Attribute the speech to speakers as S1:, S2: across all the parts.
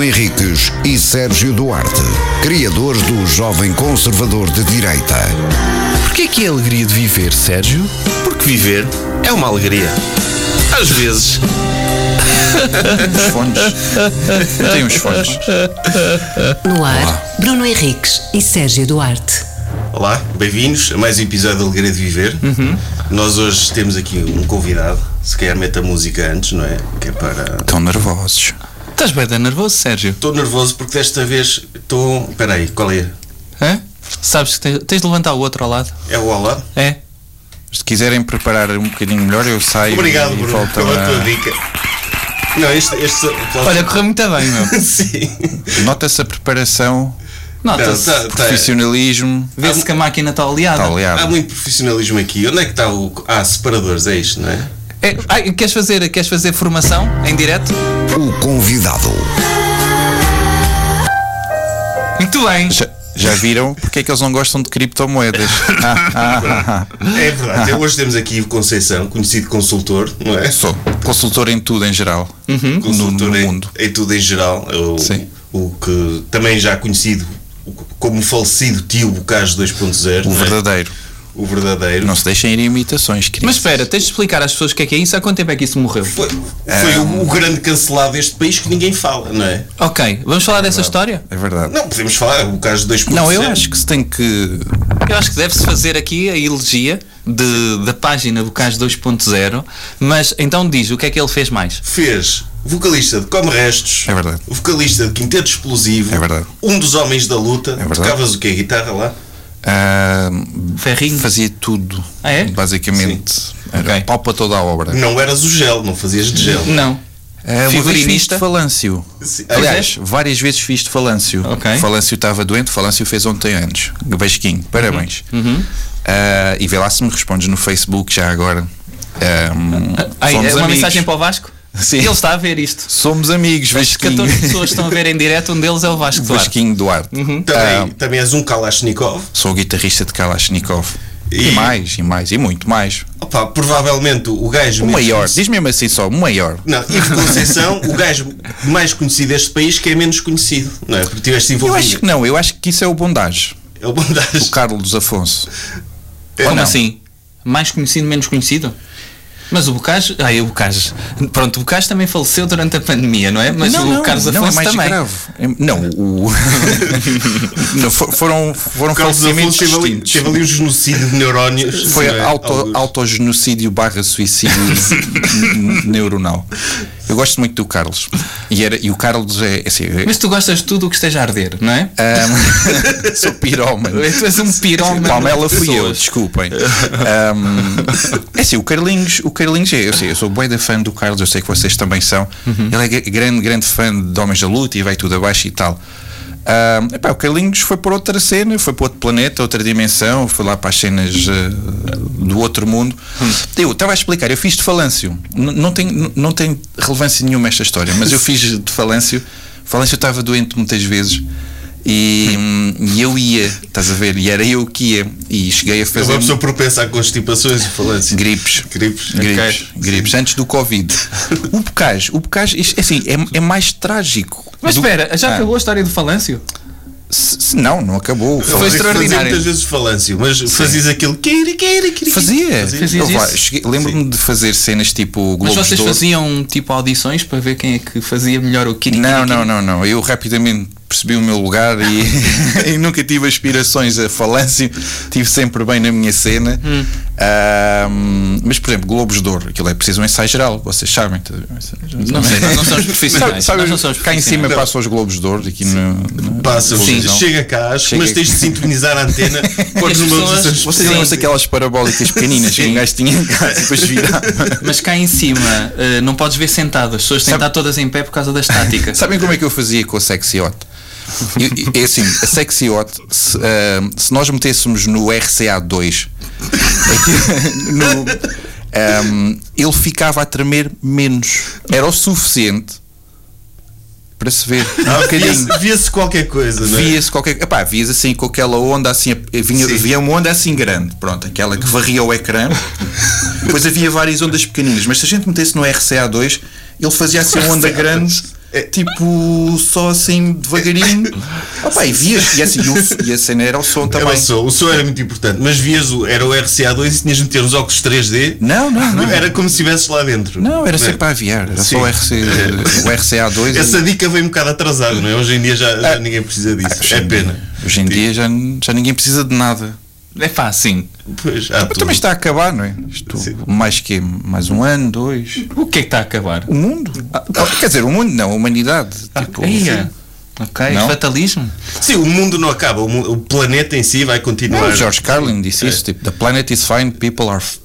S1: Henriques e Sérgio Duarte, criadores do Jovem Conservador de Direita.
S2: Porquê que é a alegria de viver, Sérgio?
S3: Porque viver é uma alegria. Às vezes.
S4: Os fones. Eu tenho uns fones.
S5: No ar, Bruno Henriques e Sérgio Duarte.
S3: Olá, bem-vindos a mais um episódio da Alegria de Viver. Nós hoje temos aqui um convidado. Se calhar mete a música antes, não é? Que é para.
S4: Estão nervosos.
S2: Estás bem da nervoso, Sérgio?
S3: Estou nervoso porque desta vez estou. Espera aí, qual é?
S2: Hã? Sabes que tens, tens de levantar o outro ao lado?
S3: É o Olá?
S2: É?
S4: Se quiserem preparar um bocadinho melhor, eu saio
S3: Obrigado,
S4: e
S3: Bruno,
S4: volto
S3: pela tua
S4: a...
S3: dica. Não, este. este aplauso-
S2: Olha, correu muito bem, meu.
S3: Sim.
S4: Nota-se a preparação,
S2: Nota-se.
S3: Não, tá- tá-
S4: profissionalismo. Tá,
S2: Vê-se que a máquina está oleada.
S4: Está aliado.
S3: Há muito profissionalismo aqui. Onde é que está o. Ah, separadores, é isto, não é?
S2: É, ai, queres, fazer, queres fazer formação em direto?
S1: O convidado.
S2: Muito bem.
S4: Já, já viram porque é que eles não gostam de criptomoedas? Ah,
S3: É verdade. Até hoje temos aqui o Conceição, conhecido consultor, não é?
S4: Sou consultor em tudo em geral.
S2: Uhum.
S4: No-
S3: Consultor
S4: no,
S3: em,
S4: mundo.
S3: em tudo em geral. é O,
S4: Sim.
S3: o que também já conhecido como falecido tio Bocage 2.0.
S4: O
S3: não é?
S4: verdadeiro.
S3: O verdadeiro.
S4: Não se deixem ir em imitações, queridos.
S2: Mas espera, tens de explicar às pessoas o que é que é isso. Há quanto tempo é que isso morreu?
S3: Foi,
S4: Ah.
S3: foi o, o grande cancelado deste país que ninguém fala, não é?
S2: Ok, vamos falar dessa história?
S4: É verdade.
S3: Não podemos falar, o Bocage 2.0.
S4: Não, eu acho que se tem que.
S2: Eu acho que deve-se fazer aqui a elegia de, da página Bocage 2.0, mas então diz o que é que ele fez mais.
S3: Fez vocalista de Come Restos.
S4: É verdade.
S3: Vocalista de Quinteto Explosivo.
S4: É verdade. É
S3: Um dos homens da luta.
S4: verdade.
S3: Tocavas o quê? Guitarra lá?
S4: ah,
S2: Ferrinho.
S4: Fazia tudo.
S2: Ah, é?
S4: Basicamente. Era
S2: Ok. Hum.
S4: pau para toda a obra.
S3: Não eras o gel, não fazias de gel.
S2: Não.
S4: É, uma vez fiz
S2: Figurinista. é.
S4: de falâncio.
S3: Sim.
S4: Aliás, várias vezes fiz de falâncio.
S2: Ok. Uhum.
S4: Falâncio estava doente, falâncio fez ontem anos. Basquinho, parabéns. Ah, e vê lá se me respondes no Facebook já agora. Ahm,
S2: Ai, é uma
S4: somos amigos.
S2: mensagem para o Vasco?
S4: Sim.
S2: Ele está a ver isto.
S4: Somos amigos,
S2: As
S4: Vasquinho.
S2: 14 pessoas estão a ver em direto, um deles é o Vasco Duarte.
S4: Vasquinho Duarte.
S2: Uhum.
S4: Ah,
S3: Também, também és um Kalashnikov.
S4: Sou guitarrista de Kalashnikov. E,
S3: E-
S4: mais, e mais, e muito mais.
S3: Opa, provavelmente o gajo.
S4: O
S3: menos
S4: maior,
S3: conhecido-
S4: diz mesmo assim só, o maior.
S3: Não, Ivo Conceição, o gajo mais conhecido deste país que é menos conhecido, não é? Porque tiveste
S4: Eu
S3: envolvido.
S4: acho que não, eu acho que isso é o bondage.
S3: É o bondage.
S4: O Carlos Afonso.
S3: Eu
S2: Como
S4: não.
S2: assim? Mais conhecido, menos conhecido? Mas o Bocage. Ai, o Bocage. Pronto, o Bocage também faleceu durante a pandemia, não é? Mas o Carlos Afonso
S4: não, é mais
S2: também.
S4: grave. É- Não, o. Não, fo- foram foram
S3: O Carlos
S4: falecimentos
S3: Afonso teve ali,
S4: distintos.
S3: teve ali um genocídio de neurónios.
S4: Foi
S3: não é?
S4: auto,
S3: Alguns.
S4: autogenocídio barra suicídio n- neuronal. Eu gosto muito do Carlos. E, era, e o Carlos é, é assim. é-
S2: Mas tu gostas de tudo o que esteja a arder, não é?
S4: Ah, ahm, sou pirómano.
S2: Tu és um piroma.
S4: Palmela fui eu, desculpem. Ahm, é assim, o Carlinhos, o Carlinhos é, eu, sei, eu sou bué da fã do Carlos, eu sei que vocês também são.
S2: Uhum.
S4: Ele é gr- grande, grande fã de Homens da Luta e vai tudo abaixo e tal. Ahm, epá, o Carlinhos foi por outra cena, foi para outro planeta, outra dimensão, foi lá para as cenas eh, do outro mundo.
S2: Hum.
S4: Eu estava a explicar, eu fiz de falâncio, N- não tem, n- não tem relevância nenhuma esta história, mas eu fiz de falâncio. Falâncio estava doente muitas vezes e, hum, e eu ia, estás a ver? E era eu que ia, e cheguei a
S3: Então Uma
S4: fazer
S3: pessoa propensa a constipações e falância.
S4: gripes.
S3: Gripes.
S4: Gripes,
S3: Ok.
S4: gripes, antes do Covid. O Bocage, o Bocage, isto, assim, é, é mais trágico.
S2: Mas
S4: do-
S2: espera, já
S4: Ah,
S2: acabou a história do falâncio?
S4: se- se- não, não
S3: Eu
S4: acabou. Foi
S3: fazia- Então, Fazia
S2: extraordinário.
S3: muitas vezes falâncio, mas fazias aquilo. Queira, queira, queira.
S4: Fazia.
S2: Fazias
S4: Eu, vá,
S2: isso?
S4: cheguei- Lembro-me de fazer cenas tipo
S2: Mas
S4: Globos
S2: vocês
S4: de Ouro.
S2: faziam tipo audições para ver quem é que fazia melhor o kiri
S4: Não, não, não, não. Eu rapidamente percebi o meu lugar e, e nunca tive aspirações a falâncio. Tive sempre bem na minha cena.
S2: Hum.
S4: Ahm, mas, por exemplo, Globos de Ouro, aquilo é preciso um ensaio geral, vocês sabem. tá-
S2: Não sei, nós não somos profissionais.
S4: Sabe,
S2: nós não somos
S4: cá em cima
S2: profissionais.
S4: passam os Globos de Ouro aqui no, no-
S3: Passa,
S4: Sim, não.
S3: chega cá, acho,
S4: Chega
S3: mas
S4: aqui.
S3: tens de sintonizar a antena. Podes
S2: As
S3: uma
S2: pessoas-
S3: dessas-
S4: Vocês
S2: Sim.
S4: lembram-se daquelas parabólicas pequeninas que
S2: Sim.
S4: um gajo tinha em casa e depois virava.
S2: Mas cá em cima eh, não podes ver sentado, as pessoas têm de estar todas em pé por causa da estática.
S4: Sabem como é que eu fazia com a Sexy Hot? Eu- É assim, a Sexy Hot, se, ahm, se nós metêssemos no RCA2, aqui- no, ahm, ele ficava a tremer menos. Era o suficiente para se ver. Um bocadinho.
S3: Via-se- Via-se qualquer coisa, não é?
S4: Via-se qualquer. Epá, vias assim com aquela onda assim. Vinha,
S3: Sim.
S4: havia uma onda assim grande, pronto, aquela que varria o ecrã. Depois havia várias ondas pequeninas, mas se a gente metesse no RCA2, ele fazia assim uma onda grande
S3: É.
S4: tipo, só assim, devagarinho. Opa, e vias, e, assim, e, o- e a cena era o som
S3: Era o
S4: também.
S3: som, o som era muito importante, mas vias o, era o RCA2 e tinhas de meter uns óculos 3D.
S4: Não, não, não.
S3: Era como se estivesses lá dentro.
S4: Não, era sempre
S3: é?
S4: para aviar, era
S3: Sim.
S4: só o, RC, o RCA2.
S3: Essa dica veio um bocado atrasada, não é? Hoje em dia já, já ninguém precisa disso.
S4: Ah. Hoje
S3: é
S4: em
S3: pena. Tipo-
S4: dia- Hoje em dia já, já ninguém precisa de nada.
S2: É pá, sim.
S3: Pois, há
S4: Mas
S3: Tá tudo.
S4: também está a acabar, não é? Isto,
S3: Sim.
S4: mais que mais um ano, dois.
S2: O Ah, que é que está a acabar?
S4: O mundo? Ah, Quer dizer, o mundo não, a humanidade. tipo,
S2: Eia. Ok,
S4: Não?
S2: fatalismo.
S3: Sim, o mundo não acaba, o, mu- o planeta em si vai
S4: Não,
S3: continuar.
S4: o George Carlin disse isso, tipo, the planet is fine, people are... f-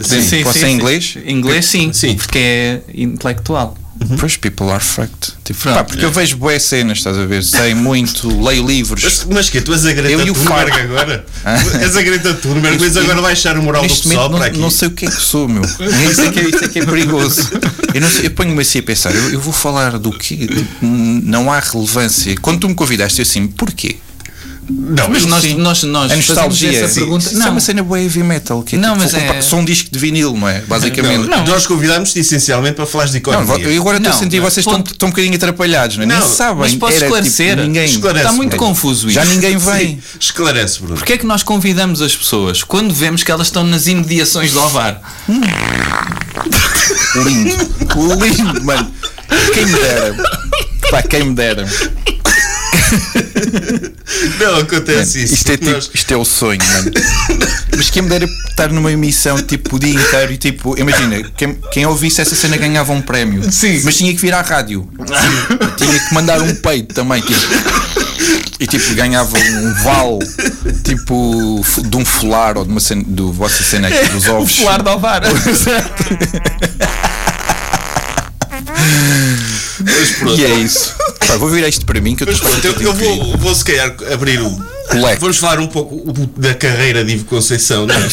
S4: Sim, pode ser em inglês?
S2: Inglês, sim,
S3: Sim.
S2: Porque é intelectual.
S4: Uhum. Pois, people are fucked. Tipo,
S2: Pronto.
S4: pá, porque eu vejo boas cenas, estás a ver? Sei muito, leio
S3: Mas,
S4: livros.
S3: mas que tu és a Greta
S4: Eu e o
S3: Thunberg
S4: Faro.
S3: agora? és a Greta Thunberg, mas
S4: Isto-
S3: agora vai achar o moral do
S4: Neste
S3: pessoal
S4: momento
S3: para
S4: não,
S3: aqui.
S4: não sei o que é que sou, meu. Nem sei que é, isso é que é perigoso. Eu, não sei- eu ponho-me assim a pensar, eu, eu vou falar do quê? Tipo, n- não há relevância. Quando tu me convidaste, eu assim, porquê?
S3: Não,
S2: Mas
S3: eu-
S2: nós,
S4: sim.
S2: nós, nós
S4: a
S2: fazemos
S4: nostalgia.
S2: essa pergunta.
S4: Isso é uma cena boa heavy metal. Que é
S2: Não,
S4: tipo,
S2: mas
S4: opa,
S2: é-
S4: Só um disco de vinil, não é? Basicamente.
S3: não, Nós convidámos-te essencialmente para falar de
S4: Não,
S3: economia.
S4: eu agora estou a
S2: Não,
S4: sentir
S2: não.
S4: vocês estão
S2: Ponto.
S4: estão um bocadinho atrapalhados, não é?
S3: Não,
S4: Nem sabem.
S2: mas posso
S4: era, tipo,
S2: esclarecer?
S4: ninguém.
S3: Esclare-
S2: Está muito
S3: Parece-me.
S2: confuso
S4: Já
S2: isto.
S4: ninguém vem.
S3: Sim, Esclarece, Bruno.
S2: Porquê é que nós convidamos as pessoas quando vemos que elas estão nas imediações do Ovar?
S4: Lindo. Lindo, mano. Quem me dera. Pá, quem me dera.
S3: Não, acontece isso.
S4: Isto é,
S3: porque
S4: tipo,
S3: nós-
S4: isto é o sonho, mano. Mas quem me dera estar numa emissão tipo o dia inteiro e tipo, imagina, quem, quem ouvisse essa cena ganhava um prémio.
S2: Sim.
S4: Mas tinha que vir à rádio. Tinha que mandar um peito também. Tipo, e tipo, ganhava um vale tipo f- de um folar ou de uma cena, do vossa cena aqui, dos
S3: Um
S4: ovos.
S2: Falar do Ovar.
S4: E é isso. Pá, vou virar isto para mim que eu
S3: Mas
S4: estou
S3: pronto, eu, eu vou, vou se calhar abrir o.
S4: leque.
S3: Vamos falar um pouco o- da carreira de Ivo Conceição, não é?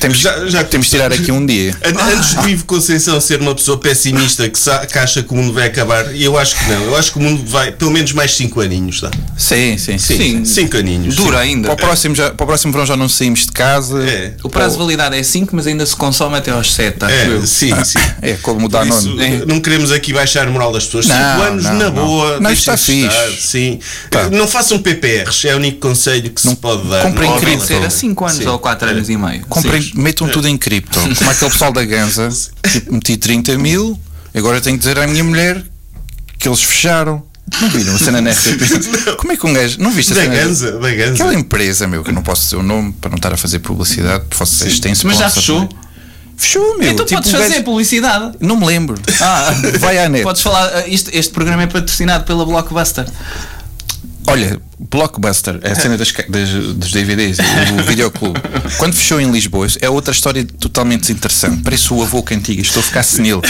S4: Temos,
S3: Já- já
S4: temos de tirar aqui um dia.
S3: An- Antes de Ivo Conceição ser uma pessoa pessimista que, sa- que acha que o mundo vai acabar, e eu acho que não, eu acho que o mundo vai pelo menos mais 5 aninhos, tá?
S4: Sim, sim,
S2: Sim.
S3: 5 aninhos.
S2: Dura
S4: Para o,
S2: ainda.
S4: próximo já- para o próximo verão já não saímos de casa.
S3: É.
S2: O prazo de validade é 5, mas ainda se consome até aos 7, acho eu.
S3: É, sim, sim.
S4: É como o
S3: Por isso,
S4: Danone.
S2: É.
S3: Não queremos aqui baixar a moral das pessoas.
S4: Não,
S3: 5 anos
S4: não,
S3: na
S4: não.
S3: boa.
S4: Não, isto está
S3: deixem-se
S4: fixe.
S3: estar, Sim. Eh,
S4: Tá.
S3: Não façam PPRs, é o único conselho que
S4: Não
S3: se pode dar.
S4: comprem
S3: Não há
S2: Tem que
S4: cripto.
S2: ser
S3: vela.
S2: a 5 anos É.
S3: Sim.
S2: ou 4 anos e meio.
S4: Comprem-
S2: Sim.
S4: metam tudo em cripto. Como é aquele pessoal da Ganza, tipo, meti 30 mil, agora tenho que dizer à minha mulher que eles fecharam. Não viram a cena na RTP? Como é que um gajo. Não viste a
S3: Da
S4: cena?
S3: Ganza, da Ganza.
S4: Aquela empresa, meu, que eu não posso dizer o nome para não estar a fazer publicidade, posso ser extenso.
S2: Mas já
S4: posso-
S2: fechou?
S4: Fechou, meu.
S2: Então
S4: tipo,
S2: podes
S4: um gajo-
S2: fazer publicidade.
S4: Não me lembro.
S2: Ah,
S4: Vai à net.
S2: Podes falar, ah, isto- este programa é patrocinado pela Blockbuster.
S4: Olha, Blockbuster, é a cena das, ca- das- dos DVDs, do videoclube, quando fechou em Lisboa, isso é outra história totalmente desinteressante. Parece o avô cantiga, estou a ficar senil.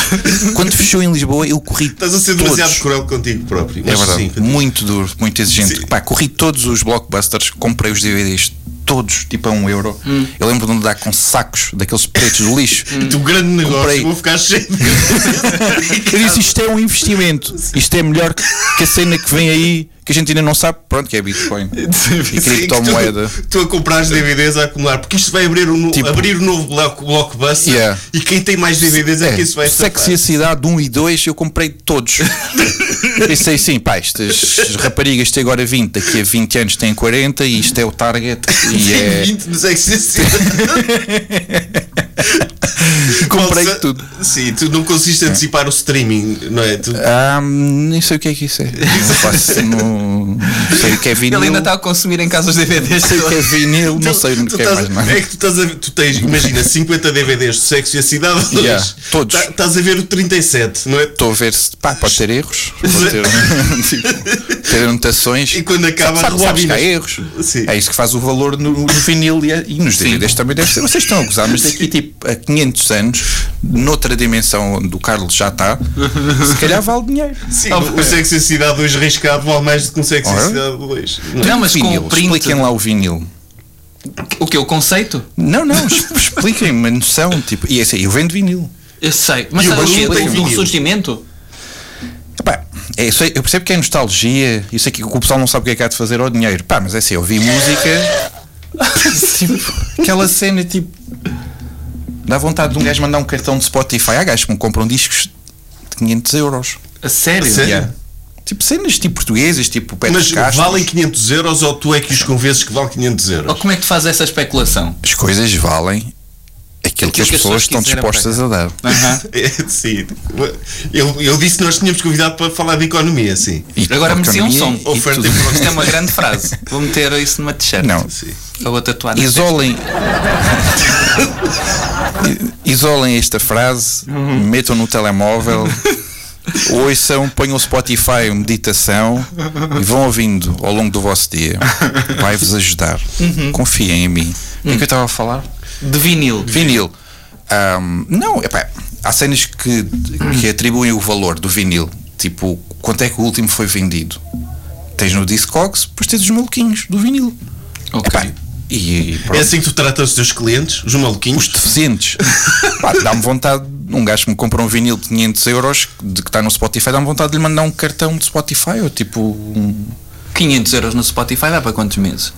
S4: Quando fechou em Lisboa, eu corri.
S3: Estás a ser
S4: todos.
S3: demasiado cruel contigo próprio.
S4: É
S3: mas
S4: verdade,
S3: sim, continua.
S4: muito duro, muito exigente.
S3: Sim.
S4: Pá, corri todos os blockbusters, comprei os DVDs, todos, tipo a um euro. Eu lembro de andar com sacos daqueles pretos do lixo.
S3: Do grande negócio,
S4: Comprei.
S3: vou ficar cheio de
S4: Eu disse, isto é um investimento, isto é melhor que a cena que vem aí, que a gente ainda não sabe, pronto, que é Bitcoin. E
S3: Sim, que tu-
S4: criptomoeda.
S3: Tu, a comprares DVDs a acumular, porque isto vai abrir um, no-
S4: Tipo-
S3: abrir um novo bloco, blockbuster
S4: Yeah.
S3: e quem tem mais DVDs é, que isso vai
S4: Sexy a
S3: safar.
S4: Cidade 1 e 2 eu comprei todos. Pensei assim, pá, estas raparigas têm agora 20, daqui a 20 anos têm 40 e isto é o target. E
S3: Tem
S4: é.
S3: 20 no Sexy a Cidade.
S4: Comprei
S3: Nossa,
S4: tudo. É.
S3: Sim, tu não conseguiste antecipar o streaming, não é? Tu,
S4: Ah, nem sei o que é que isso é. Não faço. Não, não sei o que é vinil.
S2: Ele ainda está a consumir em casa os DVDs.
S4: Não sei o que é vinil, não
S3: tá tu-
S4: sei o
S3: tu
S4: que é
S3: estás-
S4: mais nada.
S3: é que tu estás a ver- tu tens, imagina, 50 DVDs do Sexy a Cidade, dois.
S4: Yeah, todos.
S3: Tá- Estás a ver o 37, não é?
S4: Estou a ver se. Pá, pode ter erros. Pode ter, tipo, ter anotações.
S3: E quando acaba,
S4: Sabe- sabes que há
S3: rebobinas.
S4: erros.
S3: Sim.
S4: É isso que faz o valor no, no vinil e, e nos DVDs também deve ser. Vocês estão a gozar, mas daqui tipo a 500 anos, noutra dimensão onde o Carlos já está, se calhar vale dinheiro.
S3: Sim, o Sexy a Cidade 2 riscado vale mais do que um Sexy a
S4: Ora.
S3: Cidade é? 2.
S2: Não, mas com
S4: vinil,
S2: o print.
S4: Expliquem lá o vinil.
S2: O que? O conceito?
S4: Não, não, es- expliquem-me a noção. Tipo, e é assim, eu vendo vinil.
S2: Eu sei. Mas
S3: E o
S2: sabe o quê?
S3: barulho tem
S2: Do, do
S3: vinil.
S2: ressurgimento?
S4: Pá, é, isso aí, eu percebo que é nostalgia, isso aqui que o pessoal não sabe o que é que há de fazer ao dinheiro. Pá, mas é assim, eu vi música, tipo, aquela cena tipo. Dá vontade de um gajo mandar um cartão de Spotify. Há gajos que me compram discos de 500 euros.
S2: A sério?
S3: Sério?
S4: Yeah. Tipo cenas tipo portuguesas, tipo Pedro
S3: Mas
S4: Castro.
S3: valem 500 euros ou tu é que os convences que vale 500
S2: Ou
S3: euros?
S2: como é que tu fazes essa especulação?
S4: As coisas valem aquilo que as pessoas estão
S2: quiserem
S4: dispostas a dar.
S2: Aham.
S3: É, sim. Eu, eu disse que nós tínhamos convidado para falar de economia, sim.
S4: E
S2: Agora merecia um som.
S4: economia e
S3: Oferta
S4: tudo.
S3: e
S2: Isto é uma grande frase. Vou meter isso numa t-shirt.
S4: Não.
S3: Sim. É
S2: Eu vou tatuar. na testa.
S4: Isolem. I- Isolem esta frase, metam no telemóvel, ouçam, ponham o Spotify meditação e vão ouvindo ao longo do vosso dia. Vai-vos ajudar. Confiem em mim. O que é que eu estava a falar?
S2: De vinil.
S4: Vinil. Ahm, não, epá, há cenas que, que atribuem o valor do vinil. Tipo, quanto é que o último foi vendido? Tens no Discogs, depois tens os maluquinhos do vinil.
S2: Ok.
S4: Epá, e, e pronto.
S3: É assim que tu tratas os teus clientes, os
S4: Os
S3: maluquinhos?
S4: deficientes. Pá, dá-me vontade, um gajo que me compra um vinil de 500 euros de que está no Spotify, dá-me vontade de lhe mandar um cartão de Spotify ou tipo um
S2: 500 euros no Spotify dá para quantos meses?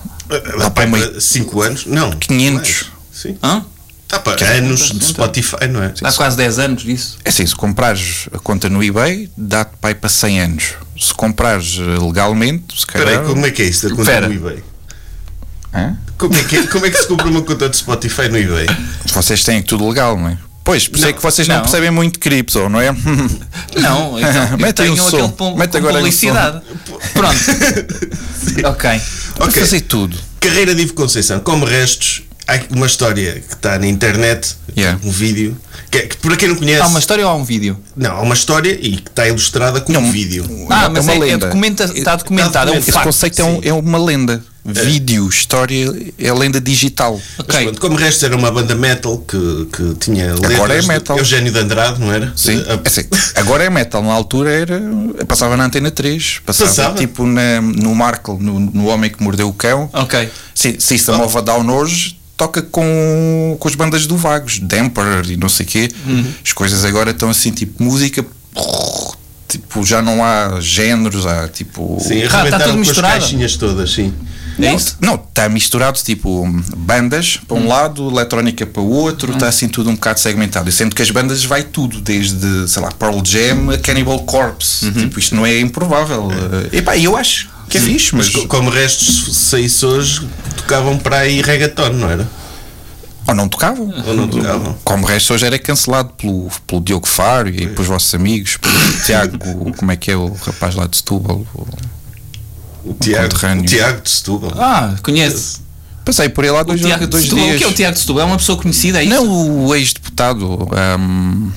S3: Dá
S4: para meio-
S3: Ah, para 5 anos? Não.
S4: 500.
S3: mais. Sim. Tá,
S2: Hã?
S3: Dá para anos de Spotify, não é?
S4: Ah,
S2: Dá quase 10 anos disso.
S4: É assim, se comprares a conta no eBay, dá-te pai para 100 anos. Se comprares eh, legalmente, se calhar.
S3: Espera aí, como é que é isso da conta
S2: Espera.
S3: no eBay?
S4: Hã?
S3: Como é, que é- como é que se compra uma conta de Spotify no eBay?
S4: Vocês têm tudo legal, não é? Pois, por isso é que vocês não,
S2: não.
S4: percebem muito de cripto, não é?
S2: Não, então,
S4: Mete
S2: eu
S4: aí um
S2: tenho
S4: som.
S2: aquele pom-
S4: Mete
S2: com
S4: agora aí um
S2: publicidade. Pronto. ok.
S3: Ok.
S4: Fazer tudo.
S3: Carreira de Ivo Conceição, como restos, há uma história que está na internet,
S4: Yeah.
S3: um vídeo, que, é- que para quem não conhece,
S2: Há uma história ou há um vídeo?
S3: não, há uma história e que está ilustrada com um vídeo.
S2: Ah,
S4: É
S2: mas
S4: uma
S2: é, é
S4: lenda.
S2: documenta, está documentado, é um
S4: Esse
S2: facto.
S4: conceito é, um- é uma lenda. Vídeo, história, é lenda digital.
S3: Mas
S2: Ok.
S3: pronto, como restos era uma banda metal que, que tinha letras
S4: Agora é
S3: de
S4: metal.
S3: Eugênio de Andrade, não era?
S4: Sim,
S3: Eh, a-
S4: é assim, agora é metal. Na altura era. Passava na antena 3, passava,
S3: Passava?
S4: tipo na- no Markle, no, no Homem que Mordeu o Cão.
S3: Ah.
S2: Ok.
S4: Sim, System of a Down hoje toca com, com as bandas do Vagos, Damper e não sei quê.
S3: Uhum.
S4: As coisas agora estão assim, tipo música. Tipo, já não há géneros, há tipo.
S3: Sim,
S2: está
S3: arrebentaram
S2: tudo
S3: com
S2: misturado.
S3: as caixinhas todas, sim.
S2: É
S4: Não,
S2: isso? Hum.
S4: Não, está misturado, tipo, bandas para um lado, eletrónica para o outro, está assim tudo um bocado segmentado. E sendo que as bandas vai tudo, desde, sei lá, Pearl Jam a Cannibal Corpse.
S2: Uhum.
S4: Tipo, isto não é improvável. Eh, Epá, eu acho que é fixe,
S3: Mas
S4: mas...
S3: co- como restos se saísse hoje, tocavam para aí reggaeton, não era?
S4: Ou não
S2: Hum.
S4: tocavam.
S3: Ou não tocavam?
S4: Como o resto hoje era cancelado pelo, pelo Diogo Faro e pelos vossos amigos, pelo Tiago, como é que é o rapaz lá de Setúbal. o-
S3: O Tiago,
S4: conterrâneo.
S3: o Tiago de Setúbal.
S2: Ah, conheço.
S4: Passei por ele há dois,
S2: o Tiago de
S4: dois
S2: Setúbal.
S4: dias.
S2: O que é o Tiago de Setúbal? É uma pessoa conhecida aí?
S4: Não, o ex-deputado ahm,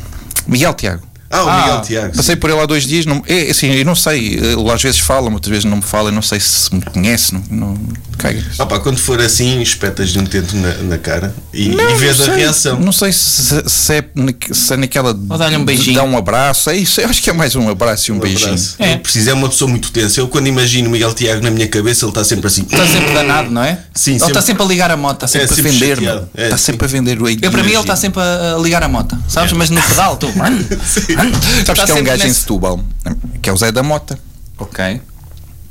S4: Miguel Tiago.
S3: Ah, o
S2: Ah,
S3: Miguel Tiago. sim.
S4: Passei por ele há dois dias, não, é, assim, eu não sei, ele às vezes fala-me, outras vezes não me fala, eu não sei se me conhece, não, não caga.
S3: Ah pá, quando for assim, espetas-lhe um tento na, na cara e, e vês a
S4: sei,
S3: reação.
S4: Não sei se, se, é, naque- se é naquela
S2: Ou dá-lhe um beijinho.
S4: de dar um abraço, é isso, eu acho que é mais um abraço e um, beijinho.
S3: abraço.
S2: É.
S3: Ele precisa, é uma pessoa muito tensa. Eu quando imagino o Miguel Tiago na minha cabeça, ele está sempre assim.
S2: Está Tá sempre danado, não é?
S3: Sim,
S2: Ele está
S3: sempre.
S2: sempre a ligar a moto. Está sempre
S3: É,
S2: a
S4: Para
S3: sempre
S4: vender,
S3: chateado.
S4: mano.
S3: É,
S4: está
S3: sim.
S4: sempre a vender o
S2: Eu, para mim, ele está sempre a a ligar a moto, sabes? Mas no pedal, tu.
S4: Sabes
S2: Está
S4: que é
S2: sempre
S4: um gajo em
S2: nesse-
S4: Setúbal, que é o Zé da Mota.
S2: Ok.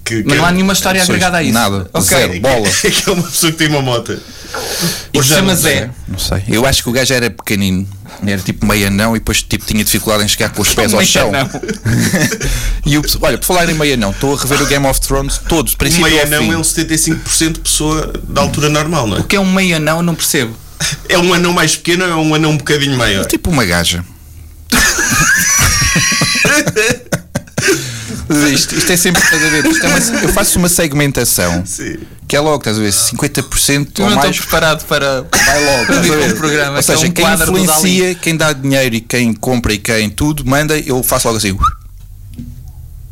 S3: Que, que
S2: Mas não há
S3: é-
S2: nenhuma história
S4: Pessoas-
S2: agregada a isso.
S4: Nada,
S2: Ok.
S4: zero, bola.
S3: É que é uma pessoa que tem uma moto. um
S2: E
S3: Ou
S2: se
S3: já
S2: chama
S3: não
S2: Zé.
S4: Não sei. Eu acho que o gajo era pequenino, era tipo meio anão e depois tipo, tinha dificuldade em chegar com os pés ao
S2: um Meio
S4: chão.
S2: anão.
S4: e o, pessoal- olha, por falar em meio anão, estou a rever o Game of Thrones todo, de
S3: Um
S4: princípio
S3: meio
S4: ao
S3: anão
S4: fim.
S3: é um 75% de pessoa da altura normal, não é?
S2: O que é um meio anão, não percebo.
S3: É um anão mais pequeno ou é um anão um bocadinho maior?
S4: Tipo uma gaja. isto, isto é sempre, estás a ver? isto é uma- eu faço uma segmentação
S3: Sim.
S4: que é logo, estás a ver? 50%
S2: Tu
S4: ou
S2: não
S4: mais
S2: estás preparado para.
S4: Vai logo.
S2: Para
S4: estás a
S2: ver
S4: ver?
S2: um programa,
S4: Ou
S2: que é
S4: seja,
S2: um
S4: quem
S2: quadro do
S4: influencia, quem dá dinheiro e quem compra e quem tudo, manda, eu faço logo assim.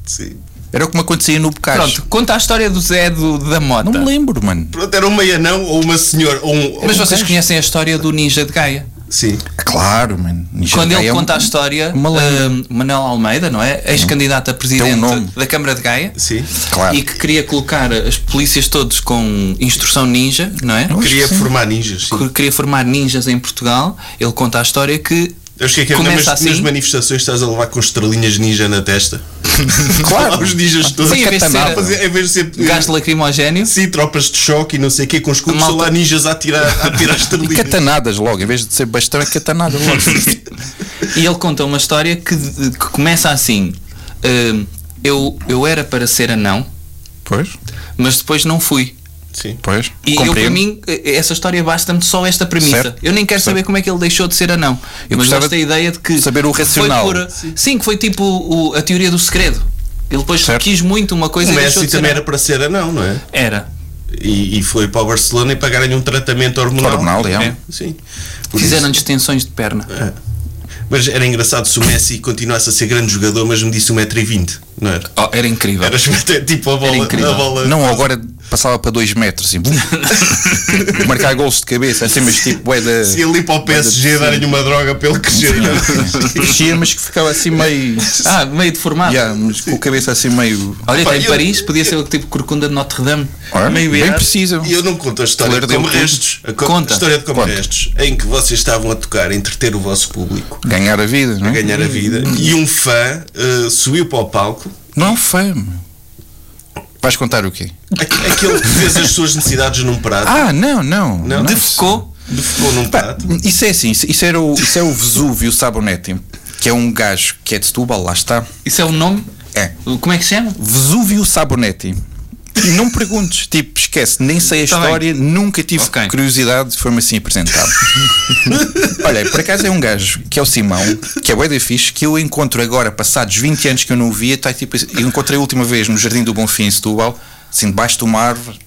S3: Sim.
S4: Era como acontecia no Bocage.
S2: Pronto, conta a história do Zé do, da Mota.
S4: Não me lembro, mano.
S3: Pronto, era um meio anão ou uma senhora. Ou um, ou
S2: Mas
S3: um
S2: vocês
S3: gajo.
S2: conhecem a história do Ninja de Gaia.
S3: Sim.
S4: É Claro, mano. Ninja
S2: Quando ele
S4: Gaia é um-
S2: conta a história,
S4: uma lenda.
S2: ah, Manuel Almeida, não é? Ex-candidato a
S4: Tem um
S2: presidente
S4: nome.
S2: da Câmara de Gaia.
S3: Sim.
S4: Claro.
S2: E que queria colocar as polícias todos com instrução ninja, não é?
S4: Acho
S3: Queria
S4: que sim.
S3: formar ninjas. Sim.
S2: que queria formar ninjas em Portugal. Ele conta a história que
S3: Eu achei que
S2: começa
S3: nas,
S2: assim.
S3: nas manifestações estás a levar com estrelinhas ninja na testa.
S4: Claro.
S3: Os ninjas todos.
S2: Sim, em vez de ser- um
S3: Mas é- em vez de ser. eh,
S2: gás lacrimogéneo.
S3: Sim, tropas de choque e não sei o quê, com escudos,
S2: A
S3: só
S2: malta-
S3: lá ninjas a tirar, a tirar estrelinhas.
S4: Catanadas logo, em vez de ser bastão, é catanada logo.
S2: E ele conta uma história que, que começa assim: hum, eu, eu era para ser anão,
S4: Pois,
S2: mas depois não fui.
S3: Sim.
S4: pois.
S2: E eu, para mim, eh, essa história basta-me só esta premissa.
S4: Certo.
S2: Eu nem quero saber como é que ele deixou de ser anão.
S4: Eu
S2: mas
S4: gostava
S2: gosto da
S4: de
S2: ideia de que.
S4: saber o
S2: que foi
S4: racional.
S2: por- sim, que foi tipo o- a teoria do segredo. Ele depois
S4: Certo.
S2: quis muito uma coisa
S3: O
S2: e é, deixou
S3: Messi
S2: de ser.
S3: assim também
S2: né?
S3: era
S2: anão.
S3: para ser anão, não é?
S2: Era.
S3: E, e foi para o Barcelona e pagaram-lhe um tratamento hormonal.
S4: Hormonal, é.
S3: Sim. Por isso-
S2: Fizeram-lhes tensões de perna.
S3: Mas era engraçado se o Messi continuasse a ser grande jogador, mas um medisse 1,20m, não era?
S2: Oh, era incrível.
S3: Era esmalte- tipo a bola.
S2: incrível.
S3: a bola-
S4: Não, agora passava para 2 metros assim, bum. marcar gols de cabeça, assim, mas tipo, é da.
S3: Se ele ir para o PSG
S4: eh,
S3: darem-lhe uma droga pelo crescer. é?
S4: Crescia, mas que ficava assim meio.
S2: Ah, meio deformado.
S4: Yeah, mas com a cabeça assim meio.
S2: Olha,
S3: Pá,
S2: até em
S3: eu-
S2: Paris podia ser o tipo Corcunda de Notre Dame.
S4: Ora,
S2: meio
S4: bem
S2: beado.
S4: preciso.
S3: E eu não conto a história
S4: Claro,
S3: de como
S4: deu tudo.
S3: restos. A, co-
S2: Conta.
S3: a história de como
S4: Conta.
S3: restos, em que vocês estavam a tocar, a entreter o vosso público,
S4: Ganhar a vida, não
S3: a
S4: é?
S3: ganhar a vida, e um fã eh, subiu para o palco.
S4: Não é um fame. Vais contar o quê?
S3: aqu- Aquele que fez as suas necessidades num prato,
S4: Ah, não, não.
S3: Não?
S2: Defecou.
S3: defecou num
S4: Pá,
S3: prato.
S4: isso é assim, isso, isso era o, isso é o Vesúvio Sabonete, que é um gajo que é de Setúbal, lá está.
S2: Isso é o nome?
S4: É.
S2: Como é que se chama?
S4: Vesúvio Sabonetti. E não me perguntes, tipo, esquece, nem sei a
S2: Tá bem.
S4: história, nunca tive
S2: Ok.
S4: curiosidade, foi-me assim apresentado. Olha, por acaso é um gajo que é o Simão, que é o fixe, que eu encontro agora, passados 20 anos que eu não o via, tá, tipo, eu encontrei a última vez no Jardim do Bonfim em Setúbal, assim, debaixo de uma árvore,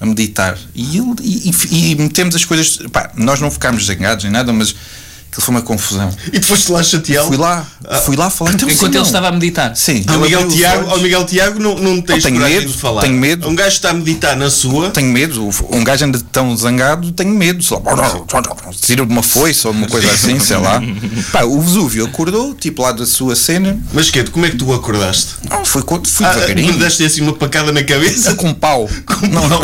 S4: a meditar. E, ele, e, e- e metemos as coisas, pá, nós não ficámos zangados nem nada, mas aquilo foi uma confusão.
S3: E tu foste lá chateá-lo.
S4: Fui lá, fui lá falar com o
S2: Enquanto
S4: Simão.
S2: ele estava a meditar.
S4: Sim,
S3: Ao
S4: ele
S3: Então, Ah, Miguel,
S4: abriu os
S3: Tiago, oh,
S4: olhos.
S3: ao Miguel Tiago não, não tens
S4: tenho
S3: coragem
S4: medo,
S3: de falar.
S4: tenho medo.
S3: Um gajo está a meditar na sua.
S4: Tenho medo, um gajo anda tão zangado, tenho medo. Sei lá, tira de uma foice ou de uma coisa assim, sei lá. Pá, o Vesúvio acordou, tipo lá da sua cena.
S3: Mas Keto, como é que tu acordaste?
S4: Não, foi, co- fui
S3: Ah,
S4: devagarinho.
S3: me deste assim uma pacada na cabeça?
S4: com um pau.
S3: Não, não.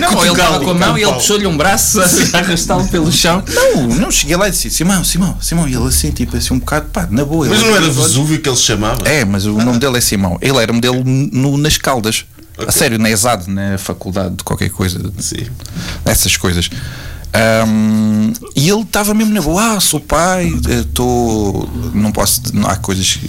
S2: Não, ele estava com a mão e ele puxou-lhe um braço a arrastá-lo pelo chão.
S4: Não, não cheguei lá e disse: Simão, Simão, Simão. E ele assim, tipo assim, um bocado, pá, na boa.
S3: Mas
S4: ele
S3: não era
S4: abriu os olhos.
S3: Vesúvio que ele se chamava?
S4: É, mas o nome dele é Simão. Ele era modelo no, nas Caldas. A sério, na ESAD, na faculdade de qualquer coisa.
S3: Sim.
S4: essas coisas. Ahm, e ele estava mesmo na boa, ah, sou pai, estou. Não posso. Não, há coisas. que-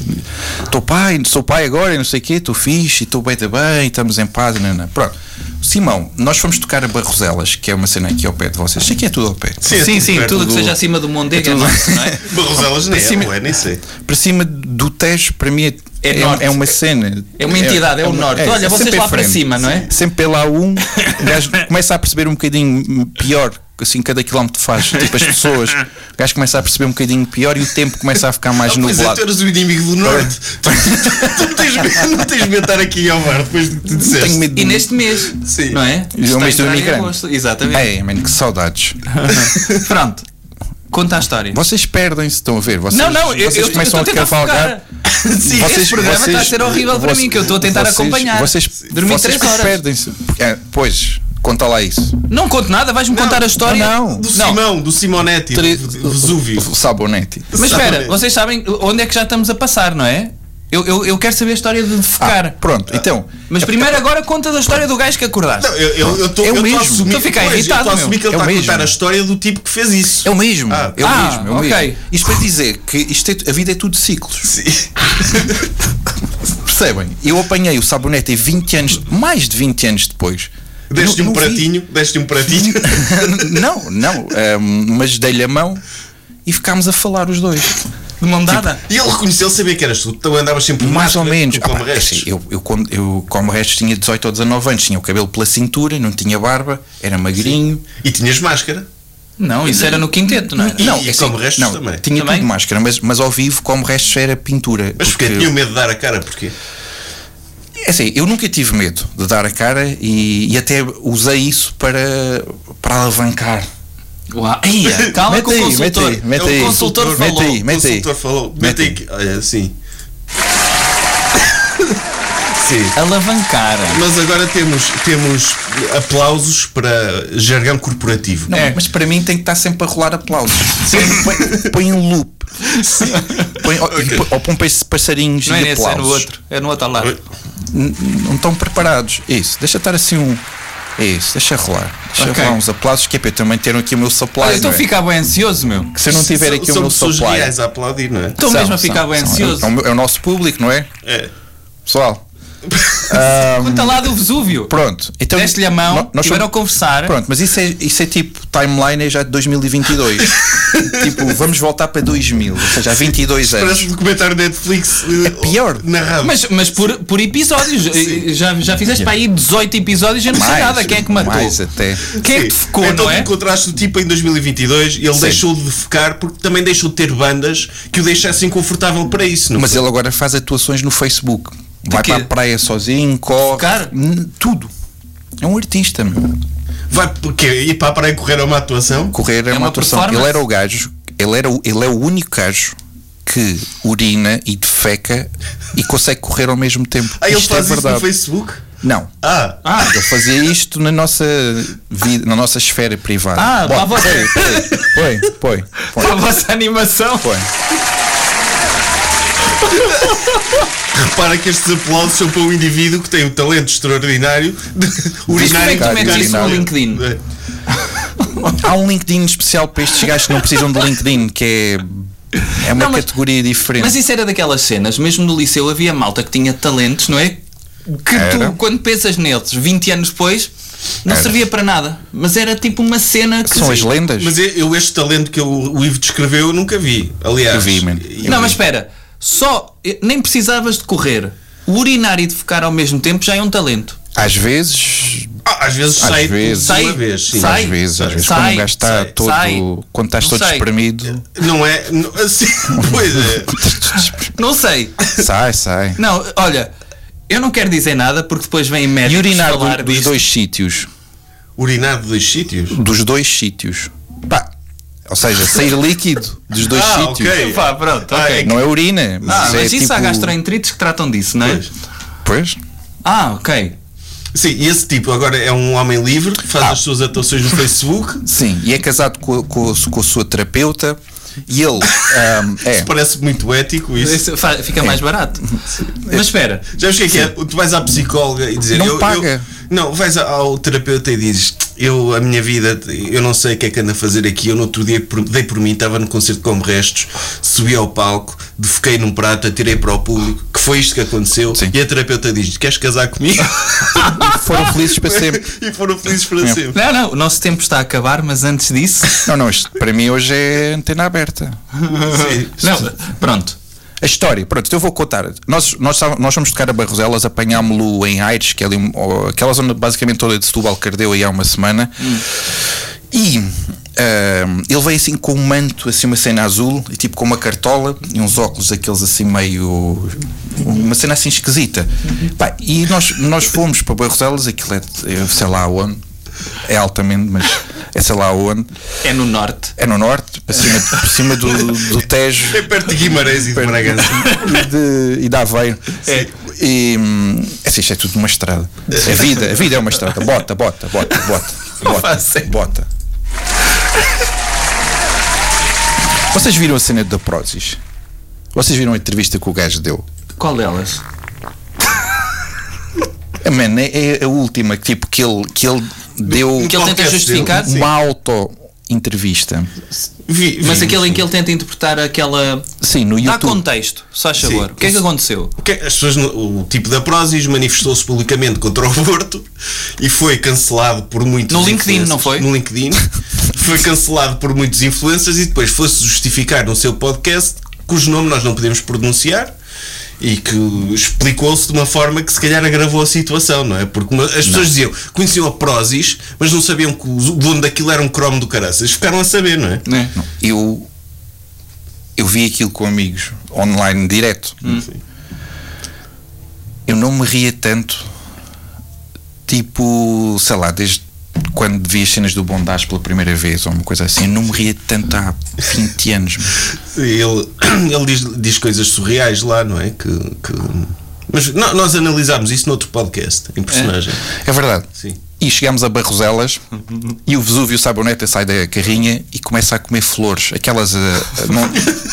S4: Estou pai, sou pai agora, e não sei o quê, estou fixe, estou bem também, estamos em paz. Não, não. Pronto. Simão, nós fomos tocar a Barroselas, que é uma cena aqui ao pé de vocês. Sei que é tudo ao pé.
S3: é
S2: Sim,
S3: tudo
S2: sim,
S3: perto
S2: tudo que
S3: do-
S2: seja acima do Mondego é nosso, não é?
S3: Barroselas nem é,
S4: Acima-
S3: não é, nem sei.
S4: Para cima do Tejo, para mim, é,
S2: É
S4: é,
S2: norte.
S4: é uma cena.
S2: É uma entidade, é o
S4: uma-
S2: norte. Olha, vocês
S4: sempre em
S2: lá para
S4: frente.
S2: cima, não é?
S4: Sim. Sempre pela A1, o gajo começa a perceber um bocadinho pior, assim, cada quilómetro faz, tipo as pessoas. O gajo começa a perceber um bocadinho pior e o tempo começa a ficar mais
S3: Ah, pois é,
S4: nublado.
S3: tu eras o inimigo do Norte. Tu, tu- tu não tens medo- não tens medo de estar aqui ao bar depois de te disseste.
S4: Tenho medo de
S2: E neste mês,
S3: Sim.
S2: não é?
S4: E o
S2: Está
S4: mês do
S2: a entrar em
S4: imigrante.
S2: agosto. Exatamente.
S4: Ei, mano, que saudades. É.
S2: Pronto, conta a história.
S4: Vocês perdem-se, estão a ver? Vocês,
S2: Não, não, eu,
S4: vocês
S2: eu, eu
S4: começam
S2: estou a
S4: a
S2: tentar
S4: cavalgar.
S2: focar. Sim, este programa está a ser horrível para
S4: vocês-
S2: mim, que eu estou a tentar
S4: vocês-
S2: acompanhar.
S4: Vocês,
S2: Dormi
S4: vocês
S2: três horas.
S4: perdem-se. É, pois, conta lá isso.
S2: Não conto nada, vais-me contar a história.
S4: não.
S3: é Do Simão, do Simonetti,
S4: Tre-
S3: do Vesúvio.
S4: O Sabonetti.
S2: Mas espera,
S3: Exatamente.
S2: vocês sabem onde é que já estamos a passar, não é? Eu, eu, eu quero saber a história de defecar.
S3: ah,
S4: Pronto, então.
S2: Mas primeiro agora conta da história do gajo que acordaste.
S3: Não, eu- eu estou
S4: É o
S3: eu estou
S4: mesmo.
S3: a assumir,
S2: Tu fica
S3: pois, eu
S2: irritado,
S3: estou a assumir
S2: meu.
S3: que ele
S4: É o
S3: está a
S4: mesmo.
S3: contar a história do tipo que fez isso.
S4: É o mesmo,
S3: Ah.
S4: é o
S2: Ah,
S4: mesmo, é o
S2: ok.
S4: mesmo. Isto para dizer que isto é- a vida é tudo ciclos.
S3: Sim.
S4: Percebem? Eu apanhei o sabonete 20 anos, mais de 20 anos depois.
S3: Deste-lhe
S4: Não-
S3: um
S4: não vi.
S3: pratinho, deste-lhe um pratinho.
S4: não, não, ahm, mas dei-lhe a mão e ficámos a falar os dois.
S2: De mão
S4: tipo-
S2: dada.
S3: E ele reconheceu, sabia que eras tu. Tu andavas sempre de
S4: Mais ou
S3: máscara,
S4: menos.
S3: eh, tu
S4: Ah, pá,
S3: como restos.
S4: assim, eu, eu, quando- eu como restos tinha 18 ou 19 anos, tinha o cabelo pela cintura, não tinha barba, era magrinho.
S3: E tinhas máscara.
S2: Não, isso era no quinteto, não é?
S3: E-
S4: Não,
S3: e
S4: é assim,
S3: como restos
S4: não,
S3: também.
S4: Tinha
S2: Também?
S4: tudo de máscara, mas, mas ao vivo como restos era pintura.
S3: Mas porque tinha medo de dar a cara, porquê?
S4: É assim, eu nunca tive medo de dar a cara e, e até usei isso para, para alavancar.
S2: Uau. Eia, calma
S4: Mete
S2: com o
S4: aí,
S2: consultor.
S4: mete aí, mete
S2: É,
S4: aí.
S2: o consultor
S4: Mete
S2: falou.
S4: aí. Mete
S3: o consultor falou.
S4: Mete
S3: Mete
S4: aí.
S3: aí. Olha, assim. Sim.
S2: Alavancar.
S3: Nós agora temos, temos aplausos para jargão corporativo.
S4: Não, mas para mim tem que estar sempre a rolar aplausos. Põe, põe em loop. Põe, ou, ou põe pa- passarinhos
S2: Não é
S4: e
S2: nesse, é
S4: aplausos.
S2: no outro. É no outro ao lado.
S4: N- Não estão preparados. Isso, deixa estar assim um. é Isso, deixa rolar. Deixa
S2: Ok.
S4: rolar uns aplausos que é para eu também ter aqui o meu supply.
S2: Olha,
S3: então
S2: estou
S4: não
S2: a
S4: é?
S2: ficar bem ansioso, meu.
S4: Que se eu não tiver aqui o
S3: São
S4: meu
S3: pessoas
S4: supply. Então,
S3: reais a aplaudir, não é?
S2: Estou
S4: São, um,
S2: mesmo a
S4: são,
S2: ficar bem
S4: são.
S2: ansioso.
S4: É, o meu- é o nosso público, não é?
S3: É.
S4: pessoal.
S2: Conta lá do Vesúvio.
S4: Pronto. Então,
S2: Deste-lhe a mão,
S4: no- nós
S2: tiveram
S4: somos-
S2: a conversar.
S4: Pronto, mas isso é, isso é tipo timeline é já de 2022. tipo, vamos voltar para 2000, ou seja, há 22 anos.
S3: Parece um documentário Netflix é
S4: pior.
S3: narrado.
S2: Mas, mas por, por episódios. Eh, já, já fizeste para aí 18 episódios e eu não sei
S4: Mais,
S2: nada. Quem é que matou?
S4: Mais assim. até.
S2: Quem é que
S3: Sim.
S2: defecou,
S3: então,
S2: não
S3: tu
S2: é?
S3: encontraste o tipo em 2022 e ele
S4: Sim.
S3: deixou de defecar porque também deixou de ter bandas que o deixassem confortável para isso, não
S4: Mas
S3: foi?
S4: ele agora faz atuações no Facebook. Vai
S2: quê?
S4: para a praia sozinho, corre.
S2: Tocar?
S4: N- Tudo. É um artista, meu.
S3: Vai porque ir para a praia correr a uma atuação?
S4: Correr é,
S2: É
S4: uma,
S2: uma
S4: atuação.
S2: performance?
S4: Ele era o gajo, ele, era o, ele é o único gajo que urina e defeca e consegue correr ao mesmo tempo.
S3: Ah, ele
S4: Isto
S3: faz
S4: é
S3: isso no
S4: verdade.
S3: Facebook?
S4: Não.
S3: Ah,
S2: Ah,
S4: Ele fazia isto na nossa vida, na nossa esfera privada.
S2: ah
S4: Bom,
S2: para você.
S4: Põe, põe, põe,
S2: Para a vossa animação.
S4: põe.
S3: repara que estes aplausos são para um indivíduo que tem o talento extraordinário de
S2: como é
S3: urinar e
S2: que tu metes
S3: tocar.
S4: isso no
S2: LinkedIn?
S3: É.
S4: Há um LinkedIn especial para estes gajos que não precisam de LinkedIn, que é, é uma
S2: Não, mas-
S4: categoria diferente.
S2: Mas isso era daquelas cenas, mesmo no liceu havia malta que tinha talentos, não é? Que
S4: Era.
S2: tu, quando pensas neles, 20 anos depois, não
S4: Era.
S2: servia para nada. Mas era tipo uma cena que.
S4: São as lendas?
S3: Mas é, eu- eu este talento que eu- o Ivo descreveu eu nunca vi. Aliás,
S4: Eu vi, man.
S3: eu
S2: Não,
S3: vi.
S2: mas espera, só. eh, Nem precisavas de correr. O urinar e defecar ao mesmo tempo já é um talento.
S4: Às vezes,
S3: Ah, às vezes
S4: Às
S3: sai
S4: vezes.
S3: de
S2: Sai.
S3: uma vez. sim.
S2: Sai.
S4: às vezes, às vezes,
S2: sai,
S4: quando um gajo está
S2: sai,
S4: todo.
S2: sai.
S4: Quando estás
S2: Não
S4: todo
S2: sei.
S4: espremido,
S3: Não é. não- assim, pois é.
S2: Não sei.
S4: sai, sai.
S2: Não, olha, eu não quero dizer nada porque depois vem médicos
S4: E urinar do-
S2: É tipo falar
S4: dos
S2: disto.
S4: dois sítios.
S3: Urinar de dois sítios?
S4: Dos dois sítios. Pá, Ou seja, sair líquido dos dois
S3: Ah,
S4: sítios.
S3: ok.
S2: Pá, pronto,
S3: Ah,
S2: ok.
S3: é que-
S4: Não é urina. Mas,
S2: Ah,
S4: é
S2: mas isso
S4: tipo...
S2: há gastroenterites que tratam disso, não é?
S3: Pois.
S4: Pois?
S2: Ah, ok.
S3: Sim, e esse tipo agora é um homem livre que faz
S4: Ah.
S3: as suas atuações no Facebook.
S4: Sim, e é casado com, a- com, a- com a sua terapeuta e ele ahm, é.
S3: Isso parece muito ético isso.
S2: Isso fa- fica mais barato. Mas espera,
S3: Já sei o que é que é? Tu vais à psicóloga e dizer.
S4: Não
S3: eu- eu-
S4: paga.
S3: não, vais ao terapeuta e dizes: Eu, a minha vida, eu não sei o que é que ando a fazer aqui. Eu no outro dia por- dei por mim, estava no concerto como restos, subi ao palco, defequei num prato, atirei para o público. Que foi isto que aconteceu.
S4: Sim.
S3: E a terapeuta diz: Queres casar comigo?
S4: Foram felizes para sempre.
S3: e foram felizes para
S4: É.
S3: sempre.
S2: Não, não, o nosso tempo está a acabar, mas antes disso.
S4: Não, não, isto para mim hoje é antena aberta.
S3: Sim.
S2: Não, pronto.
S4: A história, pronto, então eu vou contar. Nós, nós, estava- nós fomos tocar a Barroselas, apanhámo-lo em Aires, que é ali, um- ó, aquela zona basicamente toda de Setúbal, Cardeu, aí há uma semana. E ahm, ele veio assim com um manto, assim uma cena azul, e tipo com uma cartola e uns óculos aqueles assim meio. uma cena assim esquisita. Pá, e nós, nós fomos para Barroselas, aquilo é, eu sei lá onde, é altamente, mas é sei lá onde,
S2: É no norte.
S4: é no norte, para cima, por cima do, do Tejo
S3: É perto de Guimarães e de Bragança.
S4: e, de, e de Aveiro.
S2: É.
S4: E hum, assim, isto é tudo uma estrada. A vida, a vida é uma estrada. Bota, bota, bota, bota. Bota. bota. Vocês viram a cena da Prozis? Vocês viram a entrevista que o gajo deu?
S2: Qual delas?
S4: É, Man, é, é a última tipo, que, ele, que ele deu
S2: Que ele tenta
S3: Podcast
S2: justificar.
S3: dele, sim.
S4: uma auto-entrevista.
S3: Vi,
S2: Mas
S3: vi.
S2: aquele em que ele tenta interpretar aquela.
S4: Sim, no
S2: Dá
S4: YouTube.
S2: contexto, só favor.
S3: Sim.
S2: O que é que aconteceu?
S3: O que- As pessoas, no- o tipo da Prozis manifestou-se publicamente contra o aborto e foi cancelado por muitos
S2: No LinkedIn,
S3: influencers.
S2: não foi?
S3: No LinkedIn. foi cancelado por muitos influencers e depois foi-se justificar no seu podcast, cujo nome nós não podemos pronunciar. E que explicou-se de uma forma que se calhar agravou a situação, não é? Porque uma- as pessoas diziam, conheciam a Prozis, mas não sabiam que o dono daquilo era um cromo do caraças. Ficaram a saber, não é?
S2: Né?
S4: Não, eu, eu vi aquilo com amigos online direto.
S2: Hum.
S4: Eu não me ria tanto, tipo, sei lá, desde quando vi as cenas do Bondage pela primeira vez ou uma coisa assim. Eu não me ria tanto há 20 anos. meu.
S3: Ele, ele diz, diz coisas surreais lá, não é? Que, que- Mas no- nós analisámos isso noutro podcast, em personagem.
S4: É verdade.
S3: Sim.
S4: E chegámos a Barroselas e o Vesúvio Saboneta sai da carrinha e começa a comer flores, aquelas ah, ah, não-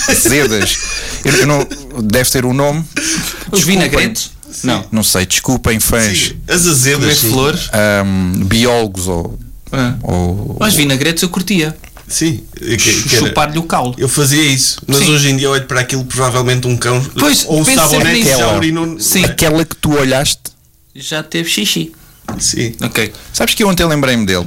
S4: azedas. Eu, eu não, deve ter um nome.
S2: Os
S4: Desculpem.
S2: vinagretes? Não.
S4: Não sei, desculpem, fãs.
S3: Sim, As azedas.
S2: Comer
S3: sim.
S2: flores?
S4: ahm, biólogos ou,
S2: Ah.
S4: ou-
S2: Mas vinagretes eu curtia.
S3: Sim, que- que era-
S2: Chupar-lhe o caule.
S3: Eu fazia isso, mas
S2: Sim.
S3: hoje em dia olho para aquilo, provavelmente um cão
S2: Pois,
S3: ou um
S2: pensei
S3: sabonete
S2: nisso.
S3: já urinou.
S2: Sim.
S6: Aquela que tu olhaste.
S2: Já teve xixi.
S3: Sim.
S2: Ok.
S4: Sabes que eu ontem lembrei-me dele.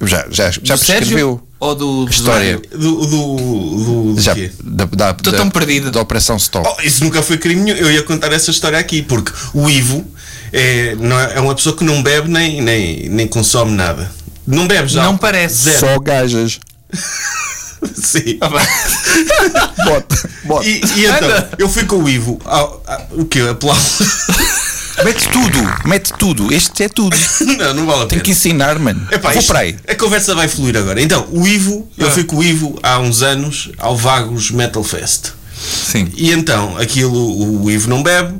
S4: Já, já, já
S2: do Sérgio
S4: prescreveu
S2: ou do
S4: a história.
S3: Do, do, do, do
S4: Já,
S3: quê?
S4: da, da,
S2: Estou
S4: da-
S2: tão perdido.
S4: Da Operação Stop.
S3: Oh, isso nunca foi crime nenhum. Eu ia contar essa história aqui, porque o Ivo é, não é, é uma pessoa que não bebe nem, nem, nem consome nada. Não bebe já.
S2: Não parece.
S3: Zero.
S6: Só gajas.
S3: Sim.
S6: Bota, bota.
S3: E, e então,
S2: Anda.
S3: eu fui com o Ivo. ao- a- o quê? Aplauso?
S4: Mete tudo, mete tudo. Este é tudo.
S3: não, não vale a
S4: Tem
S3: pena.
S4: que ensinar, mano.
S3: Epá,
S4: Vou
S3: isto-
S4: para aí.
S3: A conversa vai fluir agora. Então, o Ivo, eu
S2: Ah.
S3: fui com o Ivo há uns anos ao Vagos Metal Fest.
S4: Sim.
S3: E então, aquilo, o Ivo não bebe,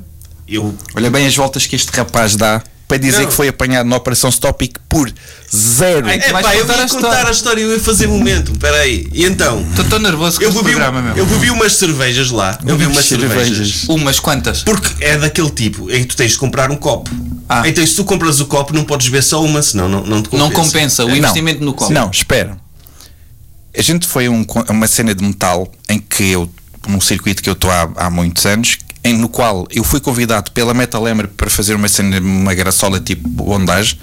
S3: eu
S4: Olha bem as voltas que este rapaz dá para dizer
S3: Não.
S4: que foi apanhado na Operação Stop e que por zero.
S2: Ai,
S3: É
S2: Vais
S3: pá, eu
S2: contar
S3: vou
S2: a
S3: contar
S2: história.
S3: a história, eu ia fazer momento, peraí. E então,
S2: Estou tão nervoso com
S3: eu
S2: este
S3: bebi, um,
S2: programa, meu.
S3: eu bebi umas cervejas lá. Eu bebi umas cervejas.
S2: Umas quantas?
S3: Porque é daquele tipo em que tu tens de comprar um copo.
S2: Ah.
S3: Então, se tu compras o copo, não podes beber só uma, senão não, não te compensa.
S2: Não compensa o
S4: Não.
S2: investimento no copo.
S4: Não, espera. A gente foi a um co- a uma cena de metal em que eu, num circuito que eu estou há, há muitos anos, em, no qual eu fui convidado pela Metal Hammer para fazer uma cena, uma graçola tipo bondage,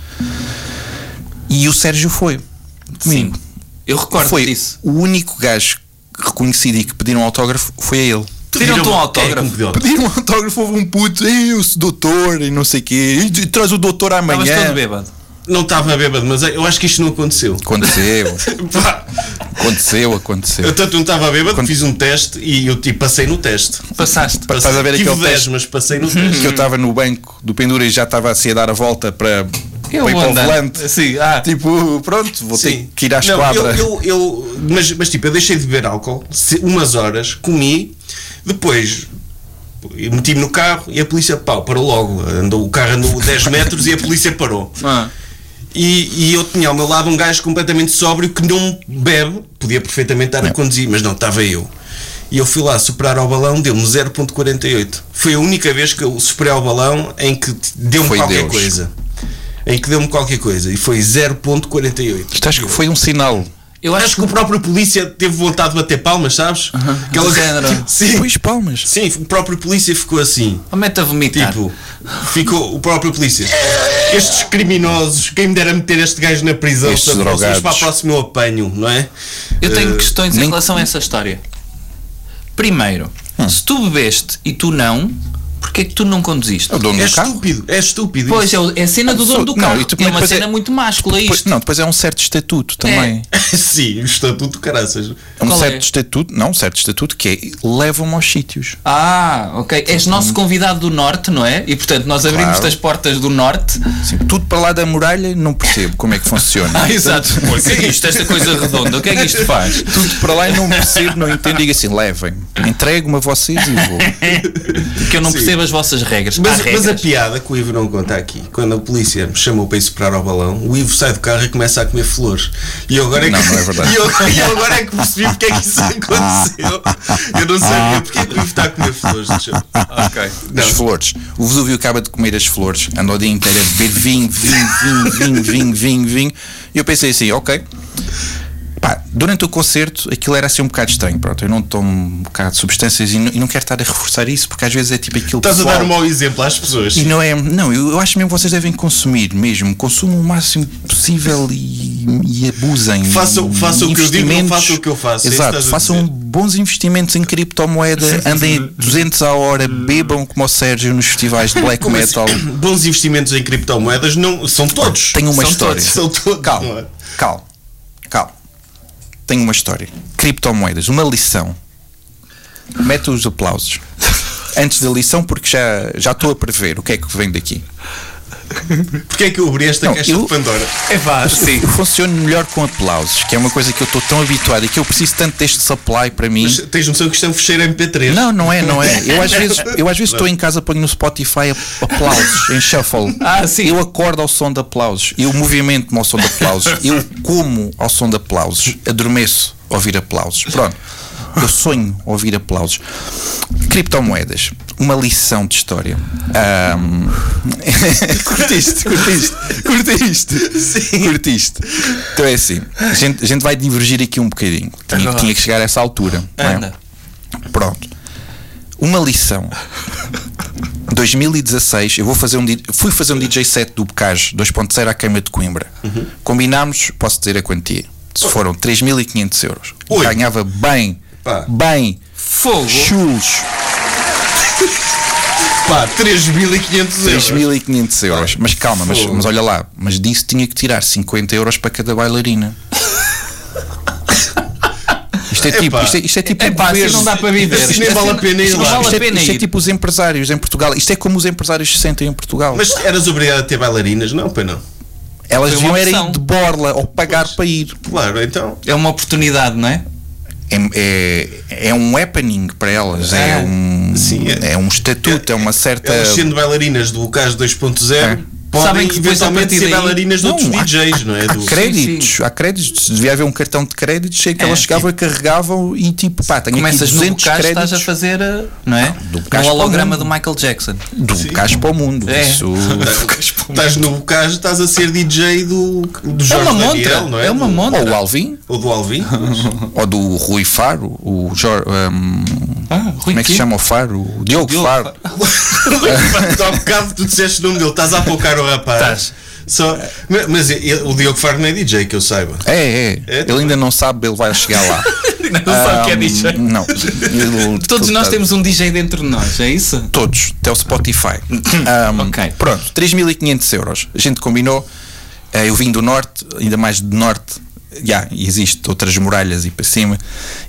S4: e o Sérgio foi
S2: Sim.
S4: comigo.
S2: Eu recordo
S4: foi
S2: disso.
S4: o único gajo reconhecido e que pediram autógrafo foi a ele.
S2: Pediram-te um
S4: É,
S2: autógrafo.
S4: Pediram autógrafo, houve um puto, e o doutor, e não sei o quê, e traz o doutor
S2: Estavas todo
S4: amanhã.
S2: bêbado.
S3: Não estava bêbado, mas é, eu acho que isto não aconteceu.
S4: Aconteceu,
S3: Pá,
S4: aconteceu, aconteceu.
S3: eu tanto não estava bêbado,
S4: Quando-
S3: fiz um teste e eu tipo, passei no teste.
S2: Passaste.
S4: Estás a ver
S3: Tive
S4: aquele
S3: 10,
S4: teste? Uhum.
S3: mas passei no teste.
S4: que eu estava no banco do Pendura e já estava assim a dar a volta para, para ir
S2: Eu vou
S4: para o
S2: andando.
S4: volante.
S2: Sim, ah.
S4: Tipo, pronto, vou
S3: Sim.
S4: ter que ir à
S3: Não,
S4: esquadra.
S3: Eu, eu, eu- mas, mas tipo, eu deixei de beber álcool se- umas horas, comi, depois eu meti-me no carro e a polícia pau, parou logo. Andou, o carro andou 10 metros e a polícia parou.
S2: Ah.
S3: E, e eu tinha ao meu lado um gajo completamente sóbrio que não bebe, podia perfeitamente estar a conduzir, mas não, estava eu. E eu fui lá superar ao balão, deu-me 0.48. Foi a única vez que eu superei ao balão em que deu-me
S4: Foi
S3: qualquer
S4: Deus.
S3: coisa. Em que deu-me qualquer coisa. E foi 0.48.
S4: Isto acho que foi um sinal.
S2: Eu
S3: Acho que o próprio polícia teve vontade de bater palmas, sabes? Aquela
S2: Do género.
S3: Sim.
S4: Pois palmas.
S3: Sim, o próprio polícia ficou assim.
S2: Oh, mete a vomitar.
S3: Tipo, ficou o próprio polícia. Estes criminosos, quem me dera meter este gajo na prisão,
S4: Estes
S3: sabe? Vocês
S4: drogados.
S3: para a próxima eu apanho, não é?
S2: Eu tenho
S3: Eh,
S2: questões em
S4: nem- Hum.
S2: relação a essa história. Primeiro, se tu bebeste e tu não, porquê é que tu não conduziste?
S4: É o dono
S3: É
S4: do carro.
S3: estúpido, é estúpido.
S2: Pois, é, o- é a cena do dono do
S4: Não,
S2: carro.
S4: e tu-
S2: é
S4: mas
S2: uma
S4: depois
S2: cena
S4: é-
S2: muito máscula
S4: Depois-
S2: isto.
S4: não, depois é um certo estatuto também.
S3: Sim, o estatuto, caraças.
S4: É um
S2: Qual
S4: certo
S2: é?
S4: estatuto, não, um certo estatuto que é levam-me aos sítios.
S2: Ah, ok. És nosso convidado do Norte, não é? E portanto nós abrimos
S4: Hum. Claro.
S2: as portas do Norte.
S4: Assim, tudo para lá da muralha, não percebo como é que funciona.
S2: Ah, exato. O que é isto? Esta coisa redonda, o que é que isto faz?
S4: Tudo para lá e não percebo, não entendo. Digo assim: levem-me, entrego-me a vocês e vou.
S2: Que eu não
S3: Sim.
S2: percebo as vossas regras. Há
S3: Mas, mas
S2: regras.
S3: a piada que o Ivo não conta aqui, quando a polícia me chamou para ir superar ao balão, o Ivo sai do carro e começa a comer flores. E eu agora é
S4: Não,
S3: que,
S4: não é verdade.
S3: e eu, e eu agora é que percebi porque é que isso aconteceu. Eu não sabia porque é que o Ivo está a comer flores. deixa eu-
S2: Ok.
S4: As flores. O Vesúvio acaba de comer as flores, anda o dia inteiro a beber vinho, vinho, vinho, vinho, vinho, vinho, vinho. E eu pensei assim, ok. Pá, durante o concerto aquilo era assim um bocado estranho. Pronto, eu não tomo um bocado de substâncias e não, e não quero estar a reforçar isso porque às vezes é tipo aquilo
S3: Estás a
S4: pessoal.
S3: dar um mau exemplo às pessoas.
S4: E não é. Não, eu, eu acho mesmo que vocês devem consumir mesmo. Consumam o máximo possível e, e abusem.
S3: Façam- façam o que eu digo, não
S4: Investimentos-
S3: façam o que eu faço, é isso que
S4: Exato.
S3: estás a
S4: Façam
S3: dizer.
S4: bons investimentos em criptomoeda, andem a 200 à hora, bebam como o Sérgio nos festivais de black
S3: Como
S4: metal.
S3: assim? Bons investimentos em criptomoedas não são todos.
S4: Tenho uma
S3: São
S4: história.
S3: todos, são todos. não é?
S4: Calma, calma, calma. Tenho uma história. Criptomoedas, uma lição. Mete os aplausos. Antes da lição, porque já já estou a prever o que é que vem daqui.
S3: Porquê é que eu abri esta
S4: Não,
S3: caixa
S4: eu-
S3: de Pandora?
S2: É vá, sim.
S4: Eu funciono melhor com aplausos, que é uma coisa que eu estou tão habituado e que eu preciso tanto deste supply para mim.
S3: Mas Tens noção que isto é um fecheiro MP3.
S4: Não, não é, não é. Eu às vezes eu às vezes estou em casa, ponho no Spotify ap- aplausos em shuffle.
S2: Ah, sim.
S4: Eu acordo ao som de aplausos, eu movimento-me ao som de aplausos, eu como ao som de aplausos, adormeço a ouvir aplausos. Pronto. Eu sonho ouvir aplausos. Criptomoedas, uma lição de história. Ahm, curtiste, curtiste, curtiste, curtiste. Então é assim, a gente, a gente vai divergir aqui um bocadinho. Tinha,
S2: Anda lá.
S4: tinha que chegar a essa altura. não é?
S2: Anda.
S4: Pronto. Uma lição. 2016, eu vou fazer um, di- fui fazer um DJ set do Bocage 2.0 à Câmara de Coimbra.
S2: Uhum.
S4: Combinámos, posso dizer a quantia. Se foram 3.500 euros.
S3: Ui.
S4: Ganhava bem,
S3: Pá.
S4: bem,
S2: Fogo.
S4: chulos,
S3: Pá, 3.500 euros.
S4: 3.500 euros. Mas calma, mas,
S3: Fogo.
S4: mas olha lá, mas disso tinha que tirar 50 euros para cada bailarina. Isto é tipo,
S3: Epá.
S4: isto é, isto é tipo
S2: É
S4: um
S2: pá, assim
S4: governo.
S2: não dá para viver.
S3: Assim nem
S2: Assim
S3: vale a pena ir
S2: isto
S3: lá.
S2: Não
S4: Isto
S2: vale a
S4: é,
S2: pena
S4: isto é
S2: ir.
S4: tipo os empresários em Portugal. Isto é como os empresários se sentem em Portugal.
S3: Mas eras obrigado a ter bailarinas? Não, pois não.
S4: Elas
S2: foi
S4: deviam
S2: uma
S4: era
S2: opção.
S4: ir de borla ou pagar para ir.
S3: Claro, então.
S2: É uma oportunidade, não é?
S4: É, é, é um happening para elas. É,
S2: Ah,
S4: um,
S3: sim, é-
S4: é, um estatuto, é, uma certa.
S3: Elas sendo bailarinas do Caso 2.0,
S4: É.
S3: podem
S2: Sabem que depois, a
S3: eventualmente
S2: partir
S3: ser
S2: daí-
S3: bailarinas de outros
S4: Não, há-
S3: DJs, não é?
S4: Há
S3: Do-
S4: créditos,
S2: Sim,
S4: há créditos. Devia haver um cartão de créditos em que
S2: É,
S4: elas chegavam e carregavam e tipo, pá, tenho
S2: Começas
S4: aqui
S2: no
S4: 200
S2: bocado,
S4: créditos
S2: estás a fazer, uh, não é?
S4: do
S2: um
S4: bocado
S2: holograma
S4: para
S2: do Michael Jackson.
S4: do Bocage um para o mundo.
S2: É.
S4: Isso,
S3: Estás no Bocage, estás a ser DJ do, do
S2: É
S3: Jorge
S2: uma montra.
S3: Daniel, não é?
S2: É uma
S3: Do-
S2: montra.
S4: ou o Alvin,
S3: Ou do Alvin.
S4: ou do Rui Faro, o Jor, hum,
S2: Ah, Rui
S4: como é que se
S2: Quim.
S4: chama o Faro? O Diogo,
S2: Diogo
S4: Faro.
S2: Faro.
S3: Há bocado tu disseste o nome dele, estás a apocar o rapaz.
S2: Estás.
S3: Só, mas- mas ele- o Diogo Faro não é DJ, que eu saiba.
S4: É, é.
S3: É,
S4: ele ainda não sabe, ele vai chegar lá.
S2: Não sabe o que é DJ.
S4: Hum, Não. Ele-
S2: Todos nós
S4: tá-
S2: temos um DJ dentro de nós, é isso?
S4: Todos, até o Spotify. Hum,
S2: Ok.
S4: Pronto, 3.500 euros. A gente combinou. eh, Eu vim do norte, ainda mais do norte. Já, e existe outras muralhas e para cima.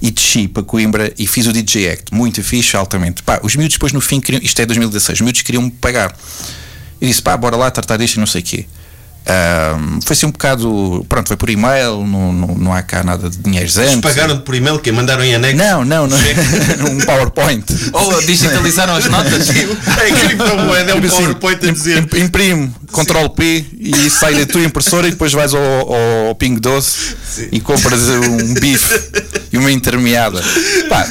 S4: E desci para Coimbra e fiz o DJ Act. Muito fixe, altamente. Pá, os miúdos depois no fim queriam. Isto é 2016. Os miúdos queriam-me pagar. E disse, pá, bora lá tratar disto e não sei o quê. Hum, foi assim um bocado. Pronto, foi por e-mail, não, não, não há cá nada de dinheiros antes.
S3: Pagaram-te por e-mail, que mandaram em anexo.
S4: Não, não, não. um PowerPoint.
S2: Ou digitalizaram as notas?
S3: É criptomoeda, é um
S4: Tipo assim,
S3: PowerPoint a
S4: im-
S3: dizer.
S4: im- Imprime, Ctrl P e sai da tua impressora e depois vais ao, ao Ping Doce e compras um bife e uma intermeada. Pá,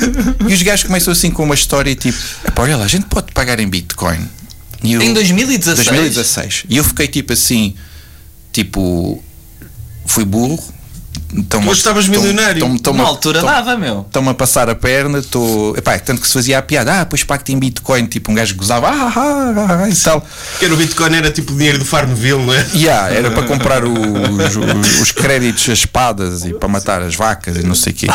S4: e os gajos começam assim com uma história tipo: "Epá, olha lá, a gente pode pagar em Bitcoin. E eu-
S2: Em 2016?
S4: 2016. E eu fiquei tipo assim: tipo, fui burro. Tão,
S3: Tu estavas milionário.
S2: Uma altura dava, meu.
S4: estão-me a passar a perna, estou. Epá, é tanto que se fazia a piada, ah, pois pacto em Bitcoin, tipo um gajo gozava, ah, ah, ah, ah, e tal.
S3: Que era o Bitcoin, era tipo o dinheiro do Farmville, não é?
S4: E ah, era para comprar os, os- os créditos, as espadas e para matar as vacas e não sei o quê.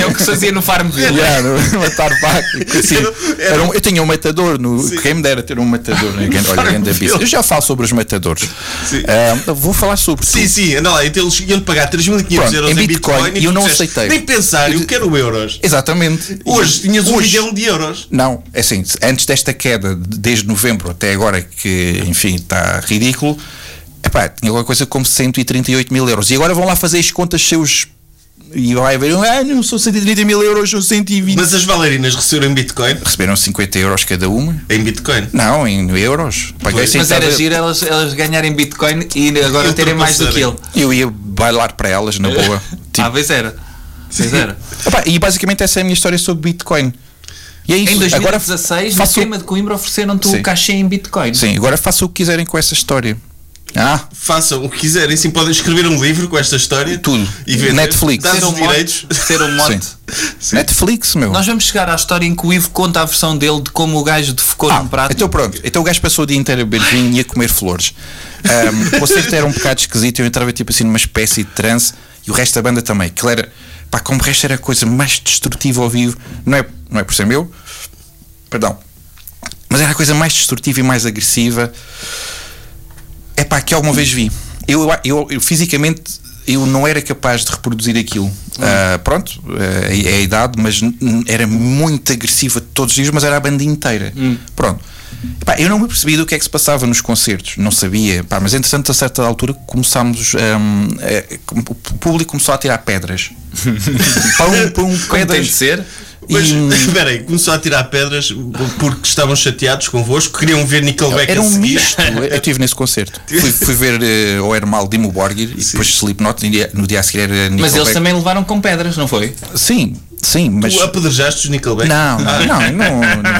S2: É o que se fazia no Farmville.
S4: Yeah, no- matar vacas. assim,
S3: Era-
S4: era um- eu tinha um matador, no, quem me dera ter um matador. Né? Olha, grande abisso. eu já falo sobre os matadores.
S3: Sim.
S4: Ah, eu vou falar sobre.
S3: Sim, sim, anda lá. Então eles iam pagar 3.500
S4: Pronto,
S3: euros em
S4: em
S3: Bitcoin,
S4: Bitcoin,
S3: tu
S4: e eu não
S3: disseste,
S4: aceitei.
S3: Nem pensar, eu quero euros.
S4: Exatamente.
S3: Hoje tinhas um
S4: Hoje.
S3: milhão de euros.
S4: Não, é assim, antes desta queda, de- desde novembro até agora, que enfim está ridículo, epá, tinha alguma coisa como 138 mil euros. E agora vão lá fazer as contas seus. E vai haver, ah, não são 130 mil euros, são 120.
S3: Mas as bailarinas receberam Bitcoin?
S4: Receberam 50 euros cada uma?
S3: Em Bitcoin.
S4: Não, em euros. Paguei
S3: Pois.
S4: sem
S2: Mas era
S4: saber.
S2: giro elas, elas ganharem Bitcoin e agora
S3: Eu
S2: terem mais do que ele.
S3: ultrapassarem.
S4: Eu ia bailar para elas, na boa.
S2: Ah,
S4: Tipo,
S2: vez era. Vez era.
S4: epá, e basicamente essa é a minha história sobre Bitcoin. E é isso.
S2: Ah, Em
S4: agora
S2: 2016,
S4: faço,
S2: na queima de Coimbra, ofereceram-te o
S4: Sim.
S2: cachê em Bitcoin.
S4: Sim, agora façam o que quiserem com essa história. Ah,
S3: Façam o que quiserem, sim, podem escrever um livro com esta história.
S4: Tudo.
S3: E vender.
S4: Netflix.
S3: Dás
S2: Ser
S3: os
S2: um
S3: direitos.
S2: mote. Ser um mote.
S4: Sim. Netflix, meu.
S2: Nós vamos chegar à história em que o Ivo conta a versão dele de como o gajo defecou num um prato.
S4: Então pronto, então o gajo passou o dia inteiro a beber vinho e a comer flores. Ahm, o concerto era um bocado esquisito, eu entrava tipo assim numa espécie de trance e o resto da banda também. Aquilo era, pá, como o resto era a coisa mais destrutiva ao vivo, não é, não é por ser meu, perdão, mas era a coisa mais destrutiva e mais agressiva é pá, que alguma vez vi. Eu, eu, eu fisicamente eu não era capaz de reproduzir aquilo.
S2: Hum.
S4: Ah, pronto, ah, é é a idade, mas n- n- era muito agressiva todos os dias, mas era a banda inteira.
S2: Hum.
S4: Pronto. Epá, eu não me percebi do que é que se passava nos concertos, não sabia, Pá, mas entretanto, a certa altura, começámos. ahm, eh, com- o público começou a tirar pedras. pão, pão, pedras.
S2: tem de ser.
S3: Mas,
S4: E-
S3: espera aí, começou a tirar pedras porque estavam chateados convosco, queriam ver Nickelback
S4: Era
S3: a
S4: um
S3: seguir.
S4: misto. Eu estive nesse concerto. Fui, fui ver eh, o Hermal Dimo Borgir e depois Slipknot. e No dia, no dia a seguir era
S2: Mas eles
S4: Nickelback.
S2: também levaram com pedras, não foi?
S4: Sim, Sim, mas.
S3: Tu apedrejaste os Nickelback?
S4: Não, não, não,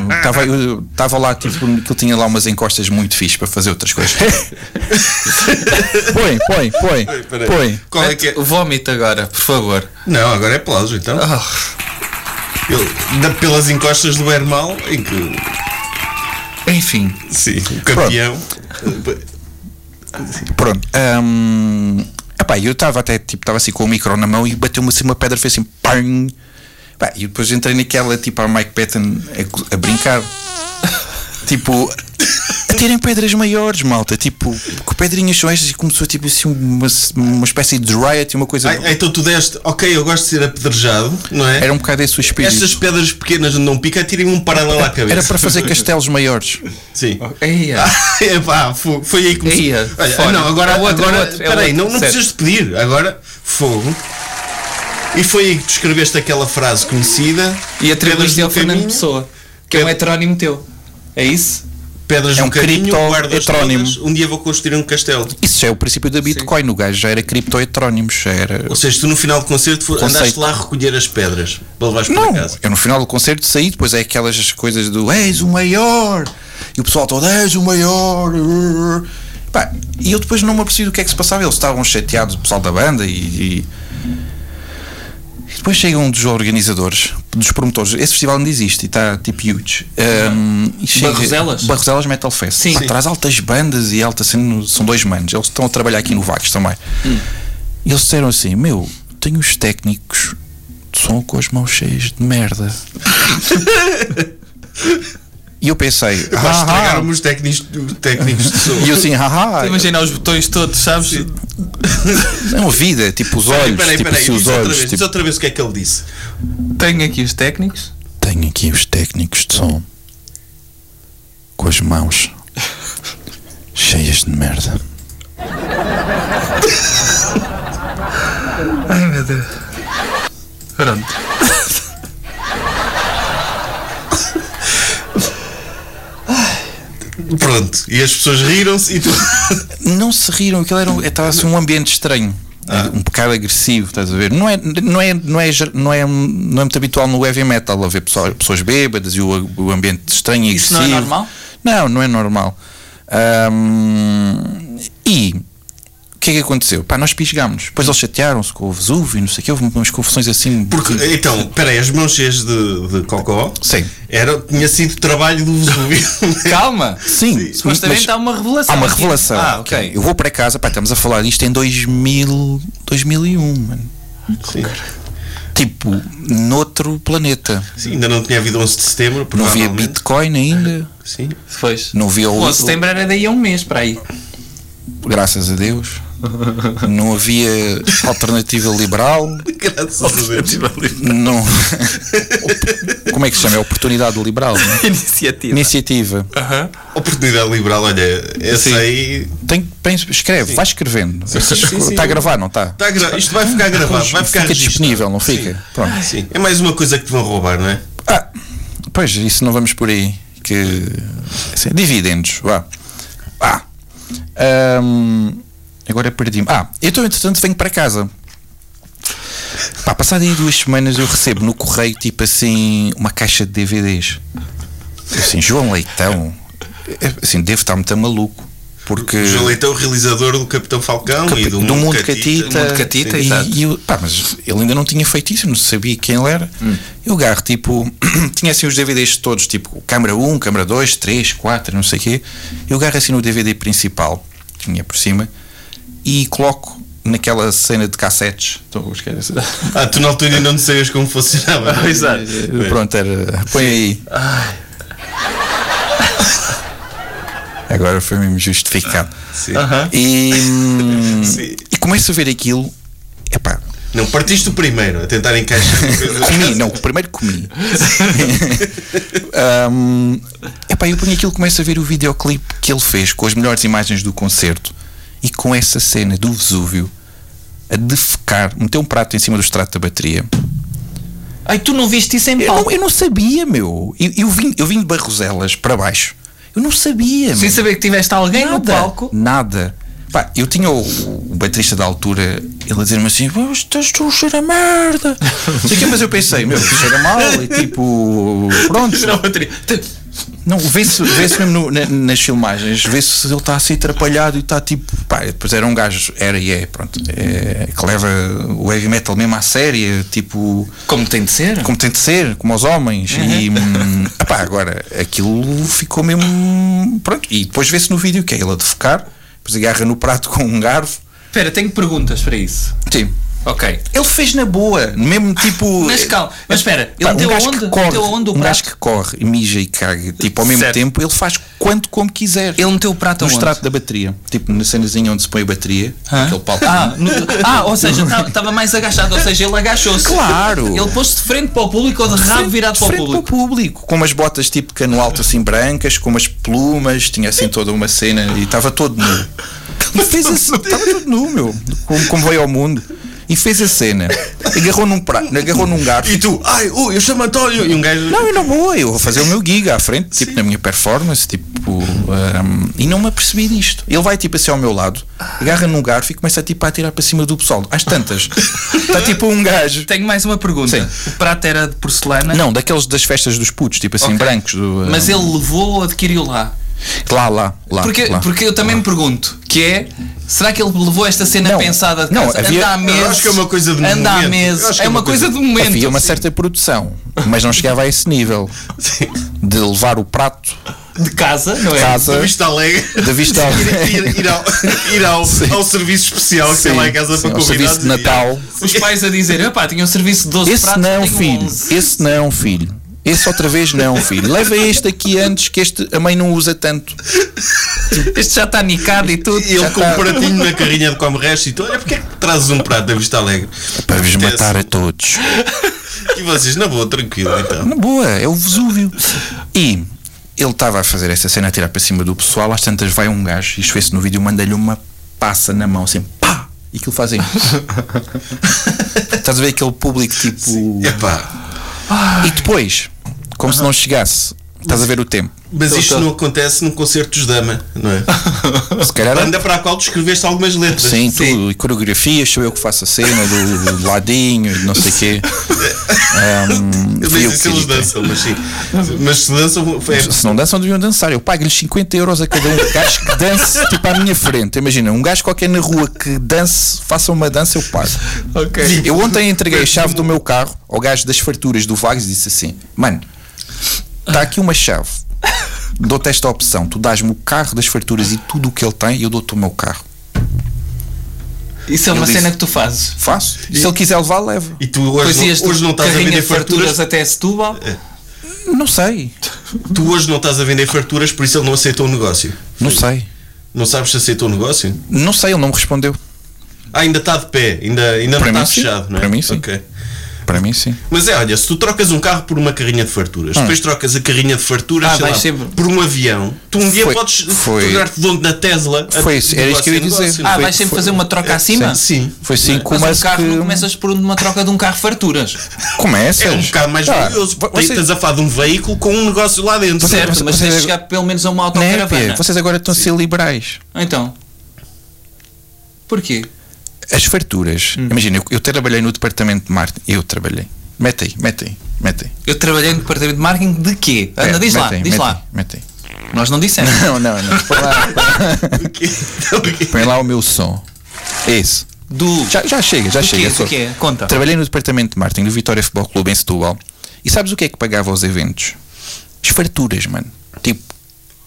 S4: não. Estava, eu estava lá, tipo, que ele tinha lá umas encostas muito fixe para fazer outras coisas.
S6: Põe, põe, põe.
S3: Espera aí.
S6: Põe.
S3: Qual é que é?
S2: Mete o Vómito agora, por favor.
S3: Não, agora é aplauso então.
S4: Ah.
S3: Ele- da- pelas encostas do Hermal, em que.
S2: Enfim,
S3: Sim, o campeão.
S4: Pronto. hum, epá, eu estava até tipo, estava assim com o micro na mão e bateu-me assim uma pedra, fez assim PAM! Pá, e depois entrei naquela tipo a Mike Patton a, a brincar. tipo, a terem pedras maiores, malta. Tipo, que pedrinhas são estas? E começou tipo assim uma, uma espécie de riot, uma coisa.
S3: Ah, então tu deste, ok, eu gosto de ser apedrejado, não é?
S4: Era um bocado esse o espírito.
S3: Estas pedras pequenas não pica, atirem um paralelo à cabeça.
S4: Era para fazer castelos maiores.
S3: Sim.
S2: eia,
S4: Ah,
S3: Epá, fogo, foi aí que começou.
S2: Eia,
S3: Olha,
S2: fora.
S3: não, agora,
S2: É outro,
S3: agora
S2: é outro, é
S3: peraí,
S2: outro,
S3: não, não
S2: certo.
S3: precisas de pedir. Agora, fogo. E foi aí que tu escreveste aquela frase conhecida. pedras
S2: e
S4: um
S2: atribuíste
S3: no
S2: ao Fernando
S3: caminho,
S2: Pessoa, que é um
S3: Pedro-
S2: heterónimo teu. É isso?
S3: Pedras
S4: É
S3: no
S4: um
S3: caminho,
S4: cripto-
S3: guardas
S4: heterónimo.
S3: todas, Um dia vou construir um castelo.
S4: Isso já é o princípio da Bitcoin. O gajo já era criptoetrónimos. Já era.
S3: Ou seja, tu no final do concerto fo- andaste
S4: Conceito.
S3: lá a recolher as pedras para levares para
S4: Não,
S3: casa.
S4: eu no final do concerto saí, depois é aquelas coisas do és o maior e o pessoal todo és o maior. Pá, e eu depois não me apercebi do que é que se passava. Eles estavam chateados, o pessoal da banda, e, e- e depois chega um dos organizadores, dos promotores. Esse festival ainda existe e está tipo huge. Um, e chega-
S2: Barroselas?
S4: Barroselas Metal Fest.
S2: Sim.
S4: Pá,
S2: Sim.
S4: Traz altas bandas e alta cena. São dois manos. Eles estão a trabalhar aqui no Vagos também. E eles disseram assim: Meu, tenho os técnicos de som com as mãos cheias de merda. e eu pensei:
S3: Vais
S4: "Ah, ah."
S3: estragar-me os um técnicos, os técnicos de som.
S4: E eu assim, haha,
S2: Imagina os botões todos, sabes?
S4: é uma vida, tipo os olhos,
S3: peraí,
S4: tipo
S3: peraí,
S4: assim,
S3: diz
S4: os
S3: outra
S4: olhos,
S3: vez, diz
S4: tipo,
S3: outra vez o que é que ele disse.
S2: Tenho aqui os técnicos.
S4: tenho aqui os técnicos de som com as mãos cheias de merda.
S2: Pronto.
S3: Pronto, e as pessoas riram-se e tu.
S4: Não se riram, aquilo era, um- estava assim um ambiente estranho.
S2: Ah.
S4: Um bocado agressivo, estás a ver? Não é, não, é, não, é, ger- não, é, não é muito habitual no heavy metal haver pessoa- pessoas bêbadas e o, o ambiente estranho e
S2: Isso
S4: agressivo.
S2: não é normal?
S4: Não, não é normal. Ahm, e o que é que aconteceu? Pá, nós pisgámos. Depois eles chatearam-se com o Vesúvio e não sei o quê. Houve umas confusões assim.
S3: Porque, então, peraí, as mãos cheias de, de cocó
S4: Sim.
S3: era, tinha sido trabalho do Vesúvio.
S2: Calma!
S4: Sim,
S2: Supostamente
S4: mas-
S2: há uma revelação.
S4: Há uma
S2: aqui.
S4: revelação.
S2: Ah, ok.
S4: Eu vou para casa, pá, estamos a falar disto em 2000, 2001, mano.
S3: Sim.
S4: Tipo, noutro planeta.
S3: Sim, ainda não tinha havido 11 de setembro,
S4: Não havia
S3: provavelmente.
S4: Bitcoin ainda,
S3: Sim.
S2: Pois.
S4: não havia
S2: O
S4: o
S2: 11 de setembro era daí a um mês para aí.
S4: graças a Deus, não havia alternativa liberal,
S3: Graças a Deus.
S4: não. Como é que se chama? É oportunidade liberal, não é?
S2: Iniciativa.
S4: Iniciativa.
S3: Oportunidade liberal, olha, essa
S4: Sim.
S3: aí.
S4: Tem, pensa- escreve, vai escrevendo. Essas
S3: Sim,
S4: co-
S3: sim.
S4: Está a gravar, não está?
S3: Tá gra- Isto vai ficar gravado, vai ficar
S4: fica
S3: registado.
S4: disponível, não fica? Pronto.
S3: Sim. É mais uma coisa que te vão roubar, não é?
S4: Ah, pois, isso não vamos por aí. Que, assim, dividendos, vá. Ah, ahm, agora perdi-me. Ah, eu estou, entretanto, venho para casa. Pá, passado aí duas semanas eu recebo no correio, tipo assim, uma caixa de DVDs. Eu Assim, João Leitão, é, assim, devo estar muito maluco. Porque
S3: O João Leitão, o realizador do Capitão Falcão e do,
S4: do mundo catita,
S2: Do Mundo Catita,
S4: e,
S2: exato.
S4: e eu- pá, mas ele ainda não tinha feito isso, eu não sabia quem ele era. Eu garro, tipo, tinha assim os DVDs todos, tipo, câmara 1, câmara 2, 3, 4, não sei o quê. Eu garro assim no DVD principal, que tinha por cima, e coloco naquela cena de cassetes. Estou a buscar essa.
S3: Ah, tu na altura ainda não sabias como funcionava. é?
S2: Exato.
S4: Pronto, era, põe aí. Agora foi mesmo justificado.
S3: Sim.
S4: E, hum,
S3: Sim.
S4: e começo a ver aquilo. Epá,
S3: Não, partiste o primeiro a tentar encaixar.
S4: Comi, não, primeiro comi. um, epá, eu ponho aquilo, começo a ver o videoclipe que ele fez com as melhores imagens do concerto e com essa cena do Vesúvio a defecar, meteu um prato em cima do extrato da bateria.
S2: Ai, tu não viste isso em
S4: Eu não,
S2: palco?
S4: eu não sabia, meu. Eu, eu vim, eu vim de Barroselas para baixo. Eu não sabia,
S2: Sem
S4: meu.
S2: saber que tiveste alguém no
S4: Nada,
S2: palco.
S4: Nada. Pá, eu tinha o, o baterista da altura, Ele a dizer-me assim: "Pô, isto isto cheira a merda. Não sei o quê, mas eu pensei: Meu, cheira mal. E tipo, pronto.
S2: Não, eu teria-
S4: Não, vê-se vê mesmo no- na- nas filmagens, vê-se ele está assim atrapalhado e está tipo. Pá, depois era um gajo, era e é, pronto. é, que leva o heavy metal mesmo à séria, tipo.
S2: Como tem de ser?
S4: Como tem de ser, como aos homens. E.
S2: Uhum.
S4: hum, epá, agora, aquilo ficou mesmo. Pronto. E depois vê-se no vídeo que é ele a defecar, depois agarra no prato com um garfo.
S2: Espera, tenho perguntas para isso.
S4: Sim.
S2: Ok.
S4: Ele fez na boa, mesmo tipo.
S2: Mas calma, mas espera, ele
S4: Pá, um
S2: deu
S4: gajo que
S2: aonde?
S4: corre,
S2: Deu aonde o
S4: um gajo
S2: prato?
S4: que corre, e mija e caga, tipo ao mesmo
S2: Certo.
S4: tempo, ele faz quanto como quiser.
S2: Ele meteu o prato
S4: no
S2: aonde?
S4: extrato da bateria, tipo na cenazinha onde se põe a bateria,
S2: Hã?
S4: aquele palco.
S2: Ah, no- ah, ou seja, estava mais agachado, ou seja, ele agachou-se.
S4: Claro.
S2: Ele pôs-se de frente para o público ou de rabo Ah, virado
S4: de
S2: para o
S4: frente
S2: público.
S4: para o público, com umas botas tipo de cano alto assim brancas, com umas plumas, tinha assim toda uma cena e estava todo nu. E fez a cena, estava todo nu, meu, como, como veio ao mundo. E fez a cena, agarrou num prato, agarrou num garfo
S3: E tu, ai, ui, eu chamo António. E um gajo.
S4: Não, eu não vou, eu vou fazer o meu gig à frente, tipo na minha performance, tipo. ahm, e não me apercebi disto. Ele vai tipo assim ao meu lado, agarra num garfo e começa tipo a atirar para cima do pessoal. Às tantas. Está tipo um gajo.
S2: Tenho mais uma pergunta.
S4: Sim.
S2: O prato era de porcelana,
S4: Não, daqueles das festas dos putos, tipo assim,
S2: Ok.
S4: brancos. Do,
S2: mas
S4: ahm,
S2: ele levou ou adquiriu lá?
S4: Lá, lá, lá.
S2: Porque,
S4: lá.
S2: porque eu também me pergunto, que é, será que ele levou esta cena
S4: Não,
S2: pensada de
S4: não,
S2: casa?
S4: havia-
S2: anda há meses.
S3: Eu acho que é uma coisa de
S2: Anda há
S3: momento. Eu
S2: meses.
S3: acho que
S2: É uma coisa de momento.
S4: Havia uma certa produção, mas não chegava a esse nível de levar o prato
S2: de casa, não é?
S4: de
S3: Da
S4: casa
S3: vista alegre.
S4: da vista
S3: Ir, ir ao, ir ao, ao serviço especial que tem lá em casa
S4: Sim,
S3: para
S4: ao serviço
S3: convidados.
S4: de Natal.
S2: Os pais a dizer, opá, tinha um serviço de 12
S4: Esse
S2: pratos, um
S4: não,
S2: tenho
S4: filho.
S2: 11."
S4: Esse não, filho. Esse outra vez não, filho. Leva este aqui antes que este a mãe não usa tanto.
S2: Este já está nicado e tudo.
S3: E ele com
S4: tá.
S3: um pratinho na carrinha de come resto e tu, olha, porque é que trazes um prato da Vista Alegre?
S4: Para vos
S3: Apetece.
S4: matar a todos.
S3: E vocês, na boa, tranquilo então.
S4: Na boa, é o Vesúvio. E ele estava a fazer essa cena a tirar para cima do pessoal, às tantas vai um gajo, isto vê-se no vídeo, manda-lhe uma passa na mão, assim, pá! E aquilo fazem. Estás a ver aquele público tipo.
S3: Epá,
S4: E depois, como se não chegasse, estás a ver o tempo.
S3: mas
S4: então.
S3: isto não acontece num concerto dos Dama, não é?
S4: Se calhar
S3: Banda para a qual tu escreveste algumas letras.
S4: Sim, tudo. E coreografias, sou eu que faço a cena do, do ladinho, e não sei o quê. Ahm,
S3: Eu
S4: fui
S3: nem sei
S4: eu
S3: se
S4: que
S3: é eles
S4: editei.
S3: dançam, mas sim. Mas se dançam, é- foi.
S4: se não dançam, deviam dançar. Eu pago-lhes 50 euros a cada um gajo que dance tipo à minha frente. Imagina, um gajo qualquer na rua que dance, faça uma dança, eu pago.
S2: Ok.
S4: Eu ontem entreguei a chave do meu carro ao gajo das farturas do Vagos e disse assim: Mano, está aqui uma chave. Dou-te esta opção. Tu dás-me o carro das farturas e tudo o que ele tem, e eu dou-te o meu carro.
S2: Isso é uma
S4: disse-
S2: cena que tu fazes.
S4: Faço. Se ele quiser levar, leva.
S3: E tu hoje,
S2: Fazias
S3: não, hoje não estás a
S2: carrinha
S3: vender
S2: de farturas
S3: farturas.
S2: até Setúbal.
S4: Não sei.
S3: Tu hoje não estás a vender farturas, por isso ele não aceitou o negócio.
S4: Não sei.
S3: Não sabes se aceitou o negócio?
S4: Não sei, ele não me respondeu.
S3: Ah, ainda está de pé, ainda, ainda não
S4: Para
S3: está
S4: mim, sim.
S3: fechado, não é?
S4: Para mim, sim.
S3: Ok.
S4: Para mim, sim.
S3: Mas é, olha, se tu trocas um carro por uma carrinha de
S4: Ah.
S3: farturas, depois trocas a carrinha de farturas
S2: Ah,
S3: sei
S2: vais
S3: lá,
S2: sempre-
S3: por um avião, tu um dia
S4: Foi-
S3: podes
S4: foi-
S3: tornar-te dono da Tesla. a-
S4: Foi isso, era
S3: do
S4: isso que eu ia
S3: negócio em
S4: dizer.
S2: Ah,
S3: negócio.
S4: Foi-
S2: vais sempre
S4: foi-
S2: fazer uma troca acima?
S3: sim.
S4: Foi assim
S2: Mas
S4: como
S2: um carro não começas por uma troca de um carro farturas.
S4: Começas.
S3: É um bocado mais
S4: Ah,
S3: valioso.
S4: vo-
S3: porque aí Estás a falar de um veículo com um negócio lá dentro.
S4: Você-
S2: Certo,
S4: você-
S2: mas
S4: você- Né,
S2: tens de chegar pelo menos a uma
S4: Népia,
S2: autocaravana.
S4: vocês agora estão a ser liberais.
S2: Então. Porquê?
S4: As farturas.
S2: Hum.
S4: Imagina, eu, eu trabalhei no departamento de marketing. Eu trabalhei. Mete aí, mete aí, mete aí.
S2: Eu trabalhei no departamento de marketing de quê? Anda,
S4: É,
S2: diz lá,
S4: mete aí,
S2: diz
S4: mete
S2: lá. É.
S4: aí, Mete aí.
S2: Nós não dissemos.
S4: Não, não, não. Põe lá,
S3: Então,
S4: põe lá o meu som. Esse.
S2: Do.
S4: Já, já chega, já
S2: Do
S4: chega.
S2: quê?
S4: só.
S2: Do quê? Conta.
S4: Trabalhei no departamento de marketing do Vitória Futebol Clube em Setúbal. E sabes o que é que pagava aos eventos? As farturas, mano. Tipo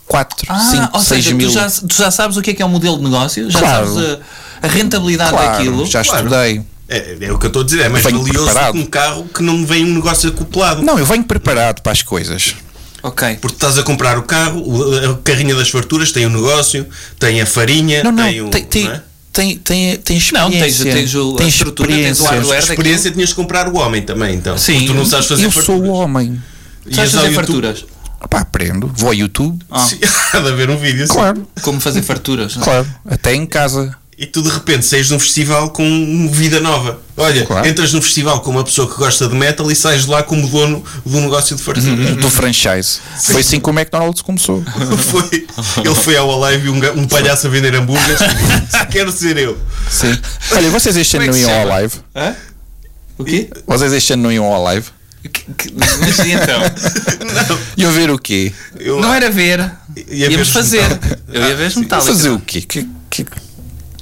S4: 4,
S2: Ah,
S4: 5,
S2: ou
S4: 6
S2: seja,
S4: mil.
S2: tu já, tu já sabes o que é que é um modelo de negócio, já
S4: Claro.
S2: sabes a, a rentabilidade
S4: claro,
S2: daquilo.
S4: já
S3: Claro.
S4: estudei.
S3: é, é o que eu estou a dizer, é mais
S4: Venho
S3: valioso do
S4: preparado.
S3: que um carro que não vem um negócio acoplado.
S4: Não, eu venho preparado para as coisas.
S2: Ok.
S3: Porque estás a comprar o carro, o- a carrinha das farturas tem o negócio, tem a farinha,
S4: Não, não,
S3: tem o.
S4: tem, tem,
S3: não é?
S4: tem, tem, tem
S2: Não, tens-
S4: experiência.
S2: tens o- a estrutura, tens o
S4: experiência.
S2: hardware.
S3: A experiência tinhas de comprar o homem também, então.
S2: Sim.
S3: Porque tu não sabes fazer
S4: Eu
S3: farturas.
S4: sou o homem.
S3: Ias
S2: Sabes
S3: ao YouTube-
S2: fazer farturas?
S4: Pá, aprendo. Vou ao YouTube.
S2: Ah.
S3: Sim, há de haver um vídeo. sim.
S4: Claro,
S2: Como fazer farturas? não é?
S4: claro. Até em casa.
S3: e tu de repente saís de um festival com vida nova. Olha,
S4: Claro.
S3: entras num festival com uma pessoa que gosta de metal e sais de lá como dono de um negócio de fartura.
S4: do franchise. Foi assim que o McDonald's começou.
S3: Foi, ele foi ao live e um, ga- um palhaço a vender hambúrgueres. Quero ser eu.
S4: Sim. Olha, vocês este ano
S2: Como é
S4: não iam
S2: que se
S4: ao
S2: chama?
S4: live?
S2: Hã? O quê?
S4: Vocês este ano não iam ao live?
S2: Que- que- Mas e então?
S4: Iam ver o quê?
S3: Eu-
S4: é?
S2: Não era ver.
S3: Ia
S2: íamos
S3: ver
S2: fazer.
S3: metal.
S2: Eu ia ver Metallica.
S4: Fazer o quê? Que, que-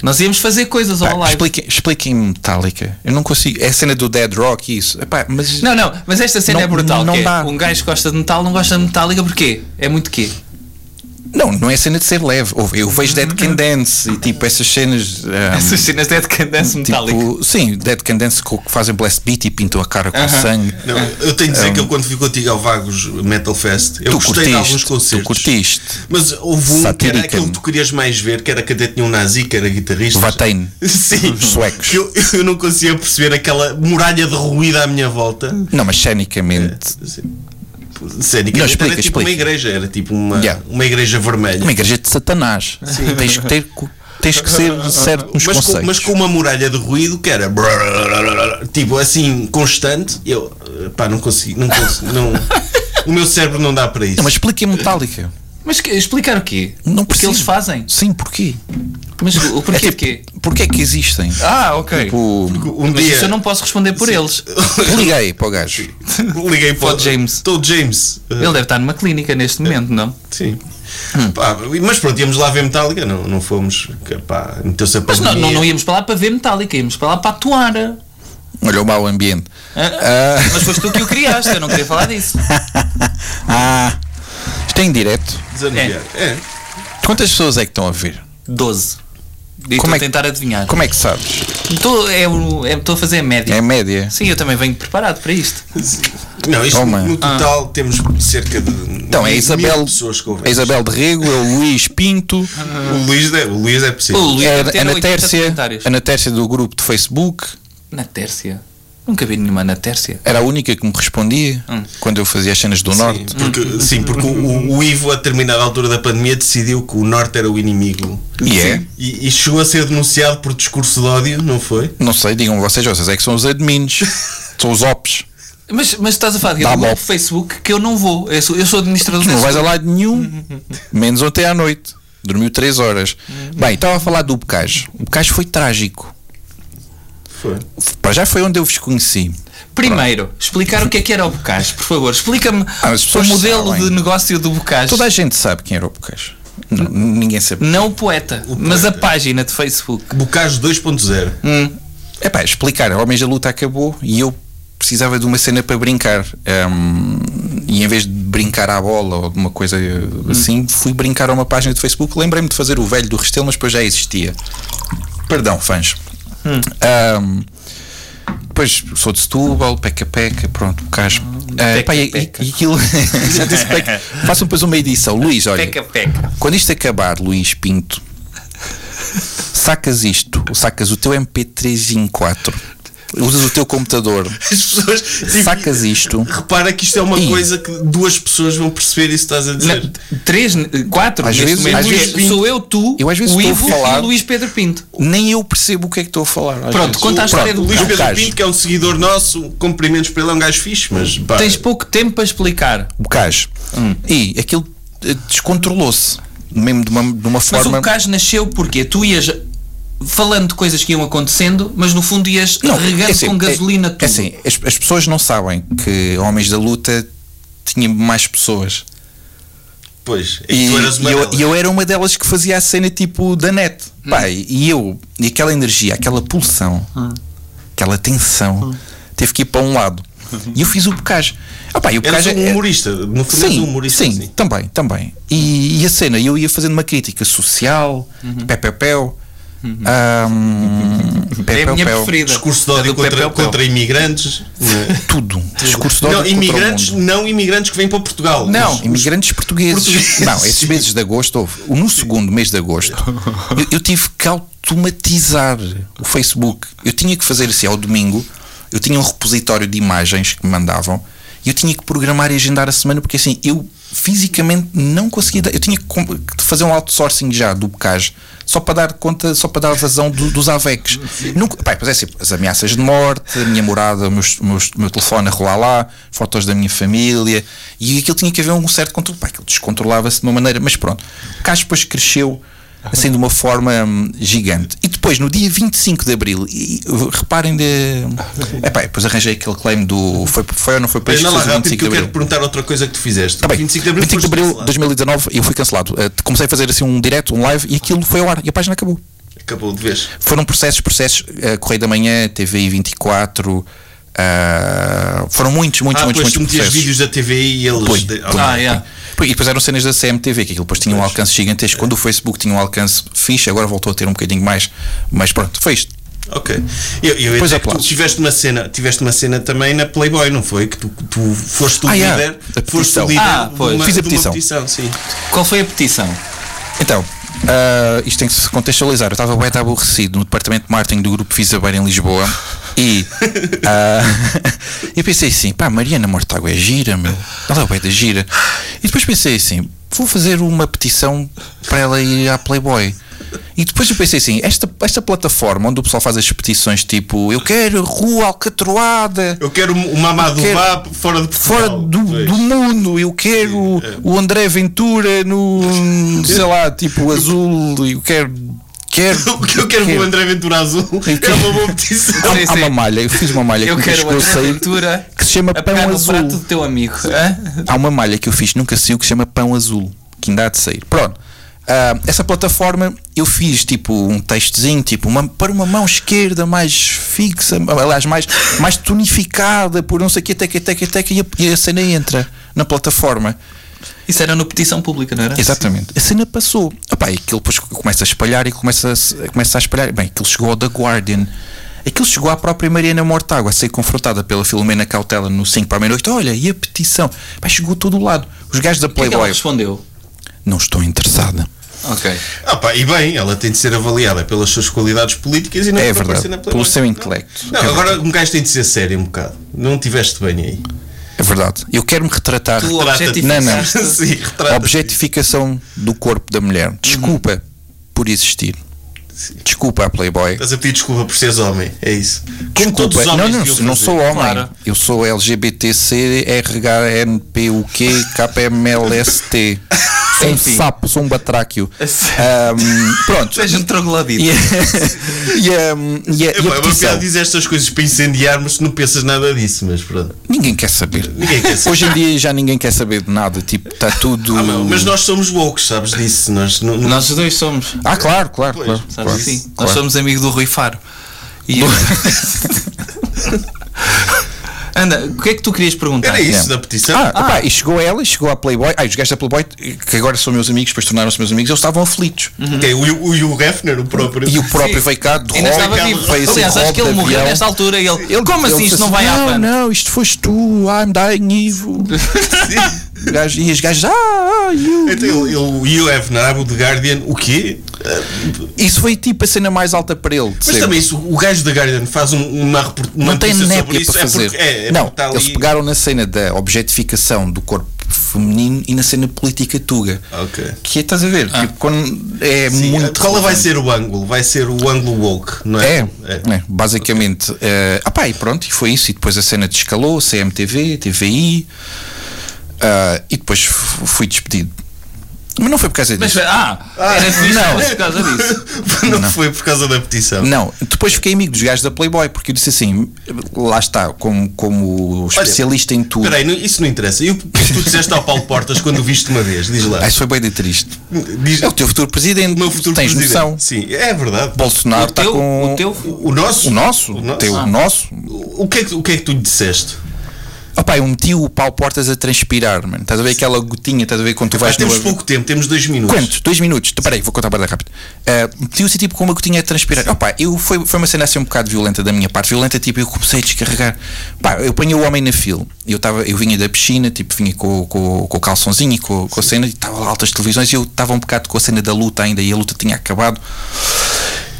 S2: Nós íamos fazer coisas
S4: pá,
S2: ao live.
S4: expliquem- Expliquem Metallica. Eu não consigo. É a cena do Dead Rock isso. Epá, mas
S2: Não, não, mas esta cena
S4: Não-
S2: é brutal.
S4: não
S2: que é,
S4: dá.
S2: um gajo gosta de metal, não gosta de metálica porquê? É muito quê?
S4: não, não é cena de ser leve. Ouve, Eu vejo Dead
S2: Uhum.
S4: Can Dance e tipo essas cenas. ah,
S2: Essas cenas é de decadência metálica.
S4: Tipo, sim, Dead Can Dance co- que fazem blast beat e pintam a cara com sangue.
S3: Não, eu tenho de dizer que eu quando fui contigo ao Vagos Metal Fest, eu
S4: É um- Tu
S3: gostei de alguns
S4: curtiste, tu
S3: concertos.
S4: curtiste.
S3: Mas houve um que era
S4: Satirica-me.
S3: aquele que tu querias mais ver, que era que até tinha um nazi, que era guitarrista.
S4: Vatain.
S3: Sim.
S4: Os suecos.
S3: Que eu, eu não conseguia perceber aquela muralha de ruído à minha volta. Assim,
S4: Não, mas cenicamente.
S3: Sério, que
S4: Não,
S3: era
S4: explica,
S3: tipo
S4: explica.
S3: uma igreja, era tipo uma,
S4: Yeah.
S3: uma igreja vermelha.
S4: Uma igreja de Satanás. Tens que, ter, cu- tens que ser certo
S3: mas,
S4: nos
S3: com,
S4: conceitos.
S3: mas com uma muralha de ruído que era tipo assim constante. Eu pá, não consigo, não consigo, não, o meu cérebro não dá para isso.
S4: Não, mas expliquem Metallica.
S2: Mas que- explicar o quê?
S4: Não
S2: o que
S4: preciso.
S2: eles fazem?
S4: Sim, porquê?
S2: Mas o o
S4: É
S2: porquê de
S4: tipo,
S2: quê?
S4: Porquê é que existem?
S2: Ah, ok.
S4: Tipo,
S3: um
S2: Mas
S3: dia
S2: isso eu não posso responder por eles.
S4: liga aí para o gajo.
S3: liguei para
S2: Para o James.
S3: Estou James. Uh,
S2: Ele deve estar numa clínica neste momento, não?
S3: Sim. Pá, mas pronto, íamos lá ver Metallica, não, não fomos. que, Pá, meteu-se a
S2: Mas não, não,
S3: pandemia.
S2: não íamos para lá para ver Metallica, íamos para lá para atuar.
S4: Olha o mau ambiente.
S2: Ah, Mas foste tu que o criaste, eu não queria falar disso.
S4: Ah, isto é em direto.
S3: Desanuviar. É.
S4: Quantas pessoas é que estão a ver?
S2: 12. E
S4: Como é
S2: estou a
S4: que-
S2: tentar adivinhar.
S4: Como é que sabes?
S2: Estou é, o- é, estou a fazer a média.
S4: É a média.
S2: Sim, eu também venho preparado para isto.
S3: Não, isto
S4: Oh, man.
S3: no total temos cerca de
S4: Então é a
S3: mil
S4: Isabel,
S3: pessoas que ouvem
S4: a Isabel de Rego, é o Luís Pinto,
S3: O Luís é, o Luís é
S2: O
S3: possível.
S2: Luís
S4: é
S2: deve ter
S4: a Ana
S2: 80
S4: Tércia,
S2: comentários.
S4: a Ana Tércia do grupo de Facebook,
S2: Na Tércia? Nunca vi nenhuma na Tércia.
S4: era a única que me respondia
S2: Hum.
S4: quando eu fazia as cenas do
S3: Sim,
S4: Norte.
S3: porque, sim, porque o, o Ivo, a determinada altura da pandemia, decidiu que o Norte era o inimigo.
S4: E é?
S3: E, e chegou a ser denunciado por discurso de ódio, não foi?
S4: Não sei, digam vocês, vocês é que são os admins, são os ops.
S2: Mas, mas estás a falar de
S4: Dá
S2: um
S4: mal.
S2: grupo Facebook que eu não vou. Eu sou, eu sou administrador
S4: Tu não
S2: desse
S4: vais a
S2: grupo.
S4: lado nenhum, menos ontem à noite. Dormiu 3 horas.
S2: Uhum.
S4: Bem, estava a falar do Bocage. O Bocage foi trágico.
S3: Foi.
S4: Para já foi onde eu vos conheci.
S2: Primeiro, explicar o que é que era o Bocage, por favor. Explica-me
S4: Ah, as
S2: o
S4: pessoas
S2: modelo
S4: sabem.
S2: de negócio do Bocage.
S4: Toda a gente sabe quem era o Bocage. Não, Ninguém sabe.
S2: Não o poeta, mas a
S3: poeta.
S2: página de Facebook.
S3: Bocage 2.0.
S4: É pá, explicar. Homens da luta acabou e eu precisava de uma cena para brincar. Ahm, e em vez de brincar à bola ou de uma coisa assim, fui brincar a uma página de Facebook. Lembrei-me de fazer o velho do Restelo, mas depois já existia. Perdão, fãs. Ahm, Pois sou de Setúbal, peca-peca, pronto, bocage. Ah, pá, e,
S2: Peca-peca.
S4: e aquilo. Já disse peca. Façam depois uma edição. Luís, olha.
S2: Peca, peca.
S4: Quando isto acabar, Luís Pinto, sacas isto, sacas o teu MP3 em 4, um usas o teu computador,
S3: As pessoas. tipo,
S4: sacas isto.
S3: Repara que isto é uma
S4: Ih.
S3: coisa que duas pessoas vão perceber isso que estás a dizer.
S2: Na- três, eh, quatro,
S4: Às
S2: neste
S4: vezes-
S2: momento.
S4: às
S2: Luís-
S4: vezes-
S2: sou eu, tu,
S4: Eu às vezes
S2: o
S4: estou a
S2: Ivo
S4: falar-
S2: e o Luís Pedro Pinto.
S4: Nem eu percebo o que é que estou a falar. às
S2: Pronto,
S4: vezes.
S2: conta a história
S4: Pronto,
S2: do
S3: Luís
S4: é o
S3: Pedro
S4: Bocage.
S3: Pinto, que é um seguidor nosso, cumprimentos para ele, é um gajo fixe, mas pá,
S2: Tens pouco tempo para explicar.
S4: um Bocage.
S2: Hum.
S4: E aquilo eh, descontrolou-se, mesmo de uma, de uma
S2: Mas
S4: forma.
S2: o Bocage nasceu porque tu ias falando de coisas que iam acontecendo, mas no fundo ias regando
S4: é assim,
S2: com gasolina
S4: é,
S2: tudo.
S4: É assim, as, as pessoas não sabem que Homens da Luta tinha mais pessoas.
S3: pois, é que
S4: E,
S3: tu eras uma
S4: e eu,
S3: delas. Hum.
S4: e eu era uma delas que fazia a cena tipo da net. Pá, e e eu, e aquela energia, aquela pulsão,
S3: Hum.
S4: aquela tensão, teve que ir para um lado. E eu fiz o bocage. Ah, pá, e o
S3: Eras
S4: bocage
S3: um
S4: é-
S3: humorista, no fundo és
S4: Sim,
S3: um humorista.
S4: sim,
S3: sim.
S4: também, também. E, e a cena, eu ia fazendo uma crítica social,
S3: Uhum.
S4: pé-pé-péu. um,
S3: É
S4: ahm,
S2: É a
S4: pé-péu-péu,
S2: minha preferida.
S4: É
S3: Discurso de
S2: A
S3: ódio
S2: do
S3: contra,
S2: Pepeu Pel.
S3: contra imigrantes.
S4: Tudo. Discurso de ódio
S3: Não,
S4: contra o
S3: imigrantes,
S4: mundo.
S3: não imigrantes que vêm para Portugal.
S4: Não,
S3: Os- os-
S4: imigrantes portugueses.
S3: portugueses.
S4: Não, esses meses de agosto, houve. no segundo mês de agosto, eu, eu tive que automatizar o Facebook. Eu tinha que fazer assim ao domingo, eu tinha um repositório de imagens que me mandavam E eu tinha que programar e agendar a semana porque assim, eu fisicamente não conseguia. dar- Eu tinha que com- que fazer um outsourcing já do bocage só para dar conta, só para dar vazão do- dos AVECs. Nunca, pá, pois é assim, as ameaças de morte, a minha morada, o meus- meus- o meu telefone a rolar lá, fotos da minha família e aquilo tinha que haver um certo controle. Pá, aquilo descontrolava-se de uma maneira, mas pronto. O bocage depois cresceu assim de uma forma hum, gigante. E depois, no dia 25 de Abril, e, e- reparem de. Epá, depois arranjei aquele claim do. Foi, foi ou não foi para
S3: Anda
S4: isto?
S3: lá
S4: Foi o
S3: rápido que eu
S4: 25 de
S3: quero
S4: Abril.
S3: perguntar outra coisa que tu fizeste.
S4: Tá bem.
S3: 25 de Abril,
S4: 25 de
S3: foste
S4: Abril
S3: cancelado.
S4: 2019 eu fui cancelado. Eh, comecei a fazer assim um direto, um live e aquilo foi ao ar e a página acabou.
S3: Acabou de vez.
S4: Foram processos, processos, eh, Correio da Manhã, TVI 24, ah, foram muitos, muitos,
S3: Ah,
S4: muitos,
S3: depois tu
S4: muitos
S3: metias
S4: processos.
S3: vídeos da TV e eles.
S4: Põe,
S3: de-
S4: põe,
S3: Ah,
S2: Ah, yeah.
S4: põe. E depois eram cenas da CMTV, que aquilo depois tinha um alcance gigantesco. Quando o Facebook tinha um alcance fixe, agora voltou a ter um bocadinho mais. Mas pronto, foi isto.
S3: Ok. Eu, eu
S4: Depois
S3: até que tu
S4: aplausos.
S3: tiveste uma cena, tiveste uma cena também na Playboy, não foi? Que tu, tu foste o
S4: Ah, yeah.
S3: líder,
S4: A
S3: foste o
S4: petição.
S3: líder
S2: Ah,
S3: de
S2: pois.
S3: uma,
S4: Fiz a
S3: de uma
S4: petição.
S3: petição, sim.
S2: Qual foi a petição?
S4: Então, ah, isto tem que se contextualizar. Eu estava bem aborrecido no departamento de marketing do grupo Visabeira em Lisboa e ah, eu pensei assim: pá, Mariana Mortágua é gira, meu. Ela é bem da gira. E depois pensei assim: vou fazer uma petição para ela ir à Playboy. E depois eu pensei assim: esta, esta plataforma onde o pessoal faz as petições tipo eu quero rua alcatroada,
S3: Eu quero uma Amadou
S4: quero-
S3: Vá fora de Portugal.
S4: fora do,
S3: Pois. é.
S4: do mundo. Eu quero o André Ventura no, sei lá, tipo azul. Eu quero. quero
S3: O que eu quero com o André Ventura Azul é uma boa petição.
S4: Há, um-
S2: Sim,
S4: há
S2: sim.
S4: uma malha, eu fiz uma malha
S2: Eu
S4: que
S2: quero
S4: nunca chegou a
S2: outra
S4: sair,
S2: aventura
S4: que se chama
S2: a
S4: Pão
S2: pegar no
S4: Azul.
S2: prato do teu amigo. hã?
S4: Há uma malha que eu fiz, nunca saiu, que se chama Pão Azul, que ainda há de sair. Pronto. Ah, essa plataforma eu fiz tipo um textozinho, tipo uma, para uma mão esquerda mais fixa, aliás, mais, mais tonificada por não sei o que, teca, teca, teca, e a, e a cena entra na plataforma.
S2: Isso era no petição pública, não era?
S4: Exatamente. A cena passou. Epá, e aquilo depois começa a espalhar e começa a, se- começa a espalhar. Bem, aquilo chegou ao The Guardian. Aquilo chegou à própria Mariana Mortágua a ser confrontada pela Filomena Cautela no 5 para a meia-noite. Olha, e a petição? Epá, chegou a todo lado. Os gajos da
S2: O que é que ela
S4: Playboy.
S2: respondeu?
S4: não estou interessada.
S2: Ok.
S3: Ah, pá, e bem, ela tem de ser avaliada pelas suas qualidades políticas e não
S4: É
S3: por
S4: verdade,
S3: aparecer na Playboy.
S4: pelo seu
S3: Não.
S4: intelecto.
S3: Não,
S4: É
S3: agora um gajo tem de ser sério um bocado. Não tiveste bem aí.
S4: É verdade. Eu quero-me retratar.
S2: Tu
S3: Trata-te.
S2: objetificaste.
S3: Sim,
S4: A
S3: retrata.
S4: objetificação do corpo da mulher. Desculpa por existir. Desculpa à Playboy.
S3: Estás a pedir desculpa por seres homem, é isso. Como
S4: Desculpa,
S3: todos os homens
S4: não,
S3: deviam
S4: não, não
S3: fazer.
S4: sou homem.
S2: Claro.
S4: Eu sou LGBTC, RHNPUQ, KMLST. sou um
S2: Enfim.
S4: sapo, sou um batráquio.
S3: É
S2: sério?
S4: Ahm, pronto.
S2: Seja um troglodito.
S4: E, e, ahm, e a- e
S3: É,
S4: a
S3: pá, é uma piada
S4: petição?
S3: dizer estas coisas para incendiar, mas tu não pensas nada disso, mas pronto.
S4: Ninguém quer saber.
S3: Ninguém quer saber.
S4: Hoje em dia já ninguém quer saber de nada. Tipo, está tudo.
S3: Ah, meu, mas nós somos woke, sabes disso? Nós, não, não-
S2: Nós dois somos.
S4: Ah, claro, claro.
S3: Pois,
S4: claro,
S2: Sabes
S4: claro,
S2: assim?
S4: claro.
S2: Nós somos amigo do Rui Faro. E eu- Anda, o que é que tu querias perguntar?
S3: Era isso
S4: é.
S3: da petição.
S4: Ah, epá, e chegou ela, e chegou à Playboy. Ah, e os gajos da Playboy, que agora são meus amigos, depois tornaram-se meus amigos, eles estavam aflitos.
S3: Quem? o, o, o Hugh Hefner, o próprio.
S4: E o próprio veio cá de
S2: Ainda estava
S4: rock,
S2: vivo.
S4: veio assim,
S2: Aliás, acho
S4: rock
S2: que ele
S4: de
S2: morreu
S4: avião.
S2: nesta altura. e Ele, como
S4: ele
S2: assim?
S4: disse
S2: Isto não vai à
S4: não,
S2: pano?
S4: Não, isto foste tu, I'm dying evil. O gajo- e os gajos, ah, ah, you.
S3: Então, ele, ele, o Hugh Hefner abre o The Guardian, o quê? Ah,
S4: Isso foi tipo a cena mais alta para ele. de
S3: Mas
S4: sempre.
S3: também isso, o gajo da Guardian faz um- uma, repor- uma
S4: não tem
S3: notícia sobre
S4: népia
S3: isso,
S4: para
S3: é porque-
S4: fazer.
S3: é, é
S4: não,
S3: porque está ali-
S4: eles pegaram na cena da objetificação do corpo feminino e na cena política tuga.
S3: Ok. Ah.
S4: Que é, estás a ver? tipo, quando é
S3: Sim,
S4: muito.
S3: qual vai ser o ângulo? Vai ser o ângulo woke, não é?
S4: É, é, basicamente. eh, ah pá, e pronto, e foi isso. E depois a cena descalou, CMTV, TVI, ah, e depois f- fui despedido. Mas não foi por causa
S2: Mas,
S4: disso.
S2: ah, era fixe
S4: não.
S2: mas por causa disso.
S3: não, foi por causa da petição.
S4: Não, depois fiquei amigo dos gajos da Playboy, porque eu disse assim: lá está, como, como especialista em tudo.
S3: Espera aí, não- isso não interessa. E o que tu disseste ao Paulo Portas quando o viste uma vez? Diz lá.
S4: Ah, isso foi bem de triste.
S3: Diz,
S4: É o teu futuro presidente,
S3: o meu futuro
S4: tens
S3: presidente.
S4: noção.
S3: Sim, é verdade.
S4: Bolsonaro
S2: O
S4: está
S2: teu,
S4: Ah, tá com.
S2: o teu
S3: O nosso?
S4: O nosso?
S3: O nosso.
S4: Teu,
S3: Ah.
S4: o nosso?
S3: O que, é que, o que é que tu lhe disseste?
S4: Ah pá, eu meti o pau portas a transpirar, mano. Estás a ver aquela gotinha, estás a ver quando tu
S3: Mas
S4: vais no
S3: Ah, temos
S4: avião?
S3: pouco tempo, temos dois minutos.
S4: Quantos? Dois minutos. Então, Peraí, vou contar para rápido. Uh, Meti-se tipo com uma gotinha a transpirar. Opa, eu, foi, foi uma cena assim um bocado violenta da minha parte. Violenta, tipo, eu comecei a descarregar. Pá, eu ponho o homem na fila. Eu, tava, eu vinha da piscina, tipo, vinha com, com, com o calçãozinho e com, com a cena, e estava lá altas televisões, e eu estava um bocado com a cena da luta ainda, e a luta tinha acabado.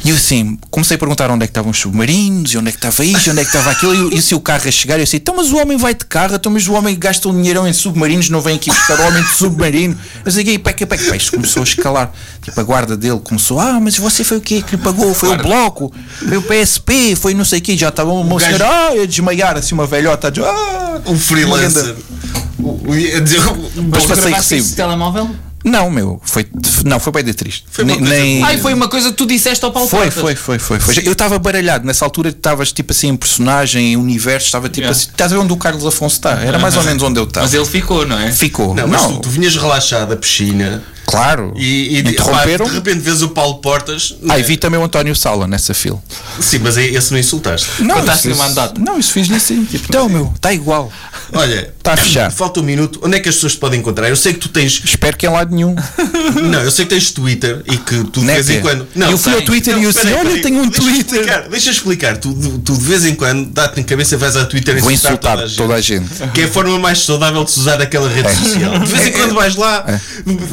S4: E eu assim, comecei a perguntar onde é que estavam os submarinos, e onde é que estava isto, e onde é que estava aquilo, e, eu- e se o carro a chegar, eu assim, então mas o homem vai de carro, então mas o homem gasta um dinheirão em submarinos, não vem aqui buscar o homem de submarino. Mas aqui, peca, peca, pá, isto começou a escalar. Tipo, a guarda dele começou, ah, mas você foi o quê que lhe pagou? Foi o bloco, foi o PSP, foi não sei o quê, já estava uma
S3: Um gajo-
S4: senhora, ah, a desmaiar, assim, uma velhota, a dizer, ah,
S3: Um freelancer. O- o- ia dizer, o-
S4: Mas passei
S2: gravaste
S4: recibo.
S2: esse telemóvel?
S4: Não, meu, foi, não, foi bem de triste.
S3: uma
S4: Nem-
S3: coisa
S4: nem-
S2: Ai, foi uma coisa que tu disseste ao Paulo
S4: Foi,
S2: Portas.
S4: foi, foi, foi, foi. Eu estava baralhado. Nessa altura estavas tipo assim em personagem, em universo, estava tipo
S2: Yeah.
S4: assim. Estás a ver onde o Carlos Afonso está? Era mais ou menos onde eu estava.
S2: Mas ele ficou, não é?
S4: Ficou.
S3: não,
S4: Não,
S3: mas tu, tu vinhas relaxado da piscina
S4: claro.
S3: e, e
S4: interromperam.
S3: pá, de repente vês o Paulo Portas. é?
S4: Ah, e vi também o António Sala nessa fila.
S3: Sim, mas aí esse não tá assim insultaste.
S4: Não,
S2: Contaste-lhe
S4: isso-
S2: o mandato.
S4: Não, isso fiz-lhe assim. Tipo, então, meu, está igual.
S3: Olha,
S4: Tá fechado.
S3: Falta um minuto. Onde é que as pessoas te podem encontrar? Eu sei que tu tens.
S4: Espero que em lado nenhum.
S3: Não, eu sei que tens Twitter e que tu de
S4: Népia.
S3: vez em quando. Não,
S4: Eu fui ao
S3: tem.
S4: Twitter Né, e eu
S3: espera
S4: disse,
S3: aí,
S4: "Olha,
S3: espera aí,
S4: tenho um
S3: deixa eu
S4: Twitter."
S3: explicar, Deixa eu explicar. Tu, tu de vez em quando dá-te em cabeça e vais ao Twitter
S4: Vou
S3: insultar,
S4: insultar toda a gente. É.
S3: Que é a forma mais saudável de se usar aquela rede social. De vez em quando vais lá,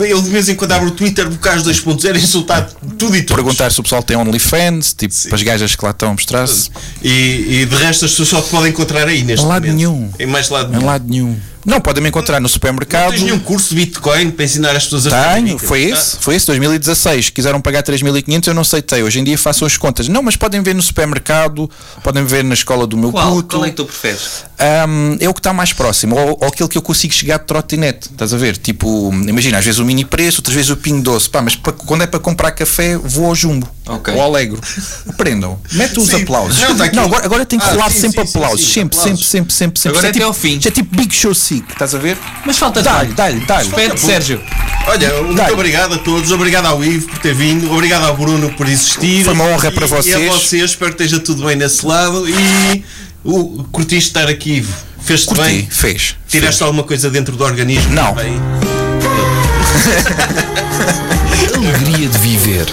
S3: eu de vez em quando abro o Twitter, bocares 2.0 e insultar tudo e tudo.
S4: É. Perguntar se o pessoal tem OnlyFans, tipo, para as gajas que lá estão a mostrar-se.
S3: E, e de resto as pessoas só te podem encontrar aí neste
S4: Em lado
S3: momento.
S4: nenhum.
S3: Em mais lado
S4: Em
S3: nenhum.
S4: lado nenhum. Não, podem me encontrar no
S3: Não
S4: supermercado.
S3: tens nenhum curso de Bitcoin para ensinar as pessoas a fazer
S4: Tenho,
S3: Bitcoin? Ah,
S4: foi esse, foi esse, 2016. Quiseram pagar 3.500, eu não aceitei. Hoje em dia faço as contas. Não, mas podem ver no supermercado, podem ver na escola do meu
S2: Qual?
S4: puto.
S2: Qual é que tu preferes?
S4: Ahm, é o que está mais próximo, ou, ou aquele que eu consigo chegar de trotinete. Estás a ver? Tipo, imagina, às vezes o mini preço, outras vezes o pingo doce. Pá, mas pa- quando é para comprar café, vou ao jumbo
S2: Ok.
S4: ou ao alegro. Aprendam, mete os
S3: Sim.
S4: aplausos.
S3: Não, tá aqui.
S4: agora, agora tem que
S3: Ah,
S4: rolar
S3: sim,
S4: sempre
S3: sim, sim,
S4: aplausos.
S3: sim,
S4: sempre,
S3: aplausos.
S4: sempre, sempre, sempre, sempre.
S2: Agora
S4: Isso é
S2: até
S4: tipo-
S2: ao fim.
S4: isso é tipo Big Show Sick, estás a ver?
S2: Mas falta
S4: Dá-lhe, dá-lhe, dá-lhe.
S2: Pede, Sérgio.
S3: Olha, muito
S4: Dai.
S3: obrigado a todos, obrigado ao Ivo por ter vindo, obrigado ao Bruno por existir.
S4: Foi uma honra para
S3: E- E
S4: vocês.
S3: a vocês, espero que esteja tudo bem nesse lado. E o, curtiste estar aqui, Ivo. Fez-te
S4: Curti,
S3: bem?
S4: fez.
S3: Tiraste alguma coisa dentro do organismo?
S4: Não.
S3: Bem,
S7: Alegria de viver.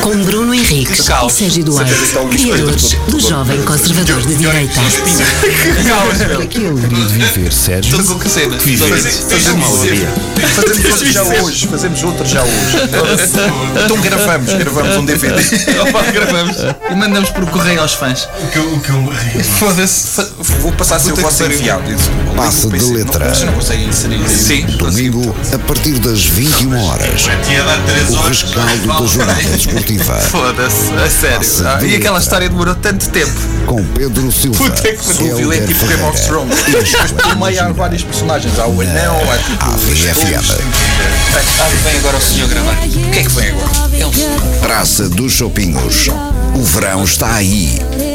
S5: Com Bruno Henriques e
S2: Caos.
S5: Sérgio Duarte, criadores do Jovem Conservador de Direita.
S7: Que é alegria de viver, Sérgio.
S2: Estou com cena.
S4: Fazemos Fazemos outro já hoje. Fazemos outro já hoje. então gravamos, gravamos um DVD.
S2: Opa, gravamos e mandamos por correio aos fãs.
S3: o que eu- o que eu me ri.
S4: Foda-se. Vou passar a ser o vosso enviado.
S1: Passa de letra.
S4: Vocês não conseguem inserir isso.
S2: Sim,
S1: Domingo, a partir das 21 horas.
S3: Tinha dado 3
S1: O
S3: é horas.
S1: rescaldo da jornada desportiva.
S2: foda-se, a sério.
S1: Nossa,
S2: Ah, e
S1: vida.
S2: aquela história demorou tanto tempo.
S1: Com Pedro Silva.
S4: Puta que pariu.
S1: Helder
S4: É tipo Game of
S1: Ferreira,
S4: Thrones. No meio há vários personagens. Há o anão, há tipo.
S1: à VFM.
S2: Ah, vem agora o senhor gravar. O que é que vem agora? Eles.
S1: Praça dos Chopinhos. O verão está aí.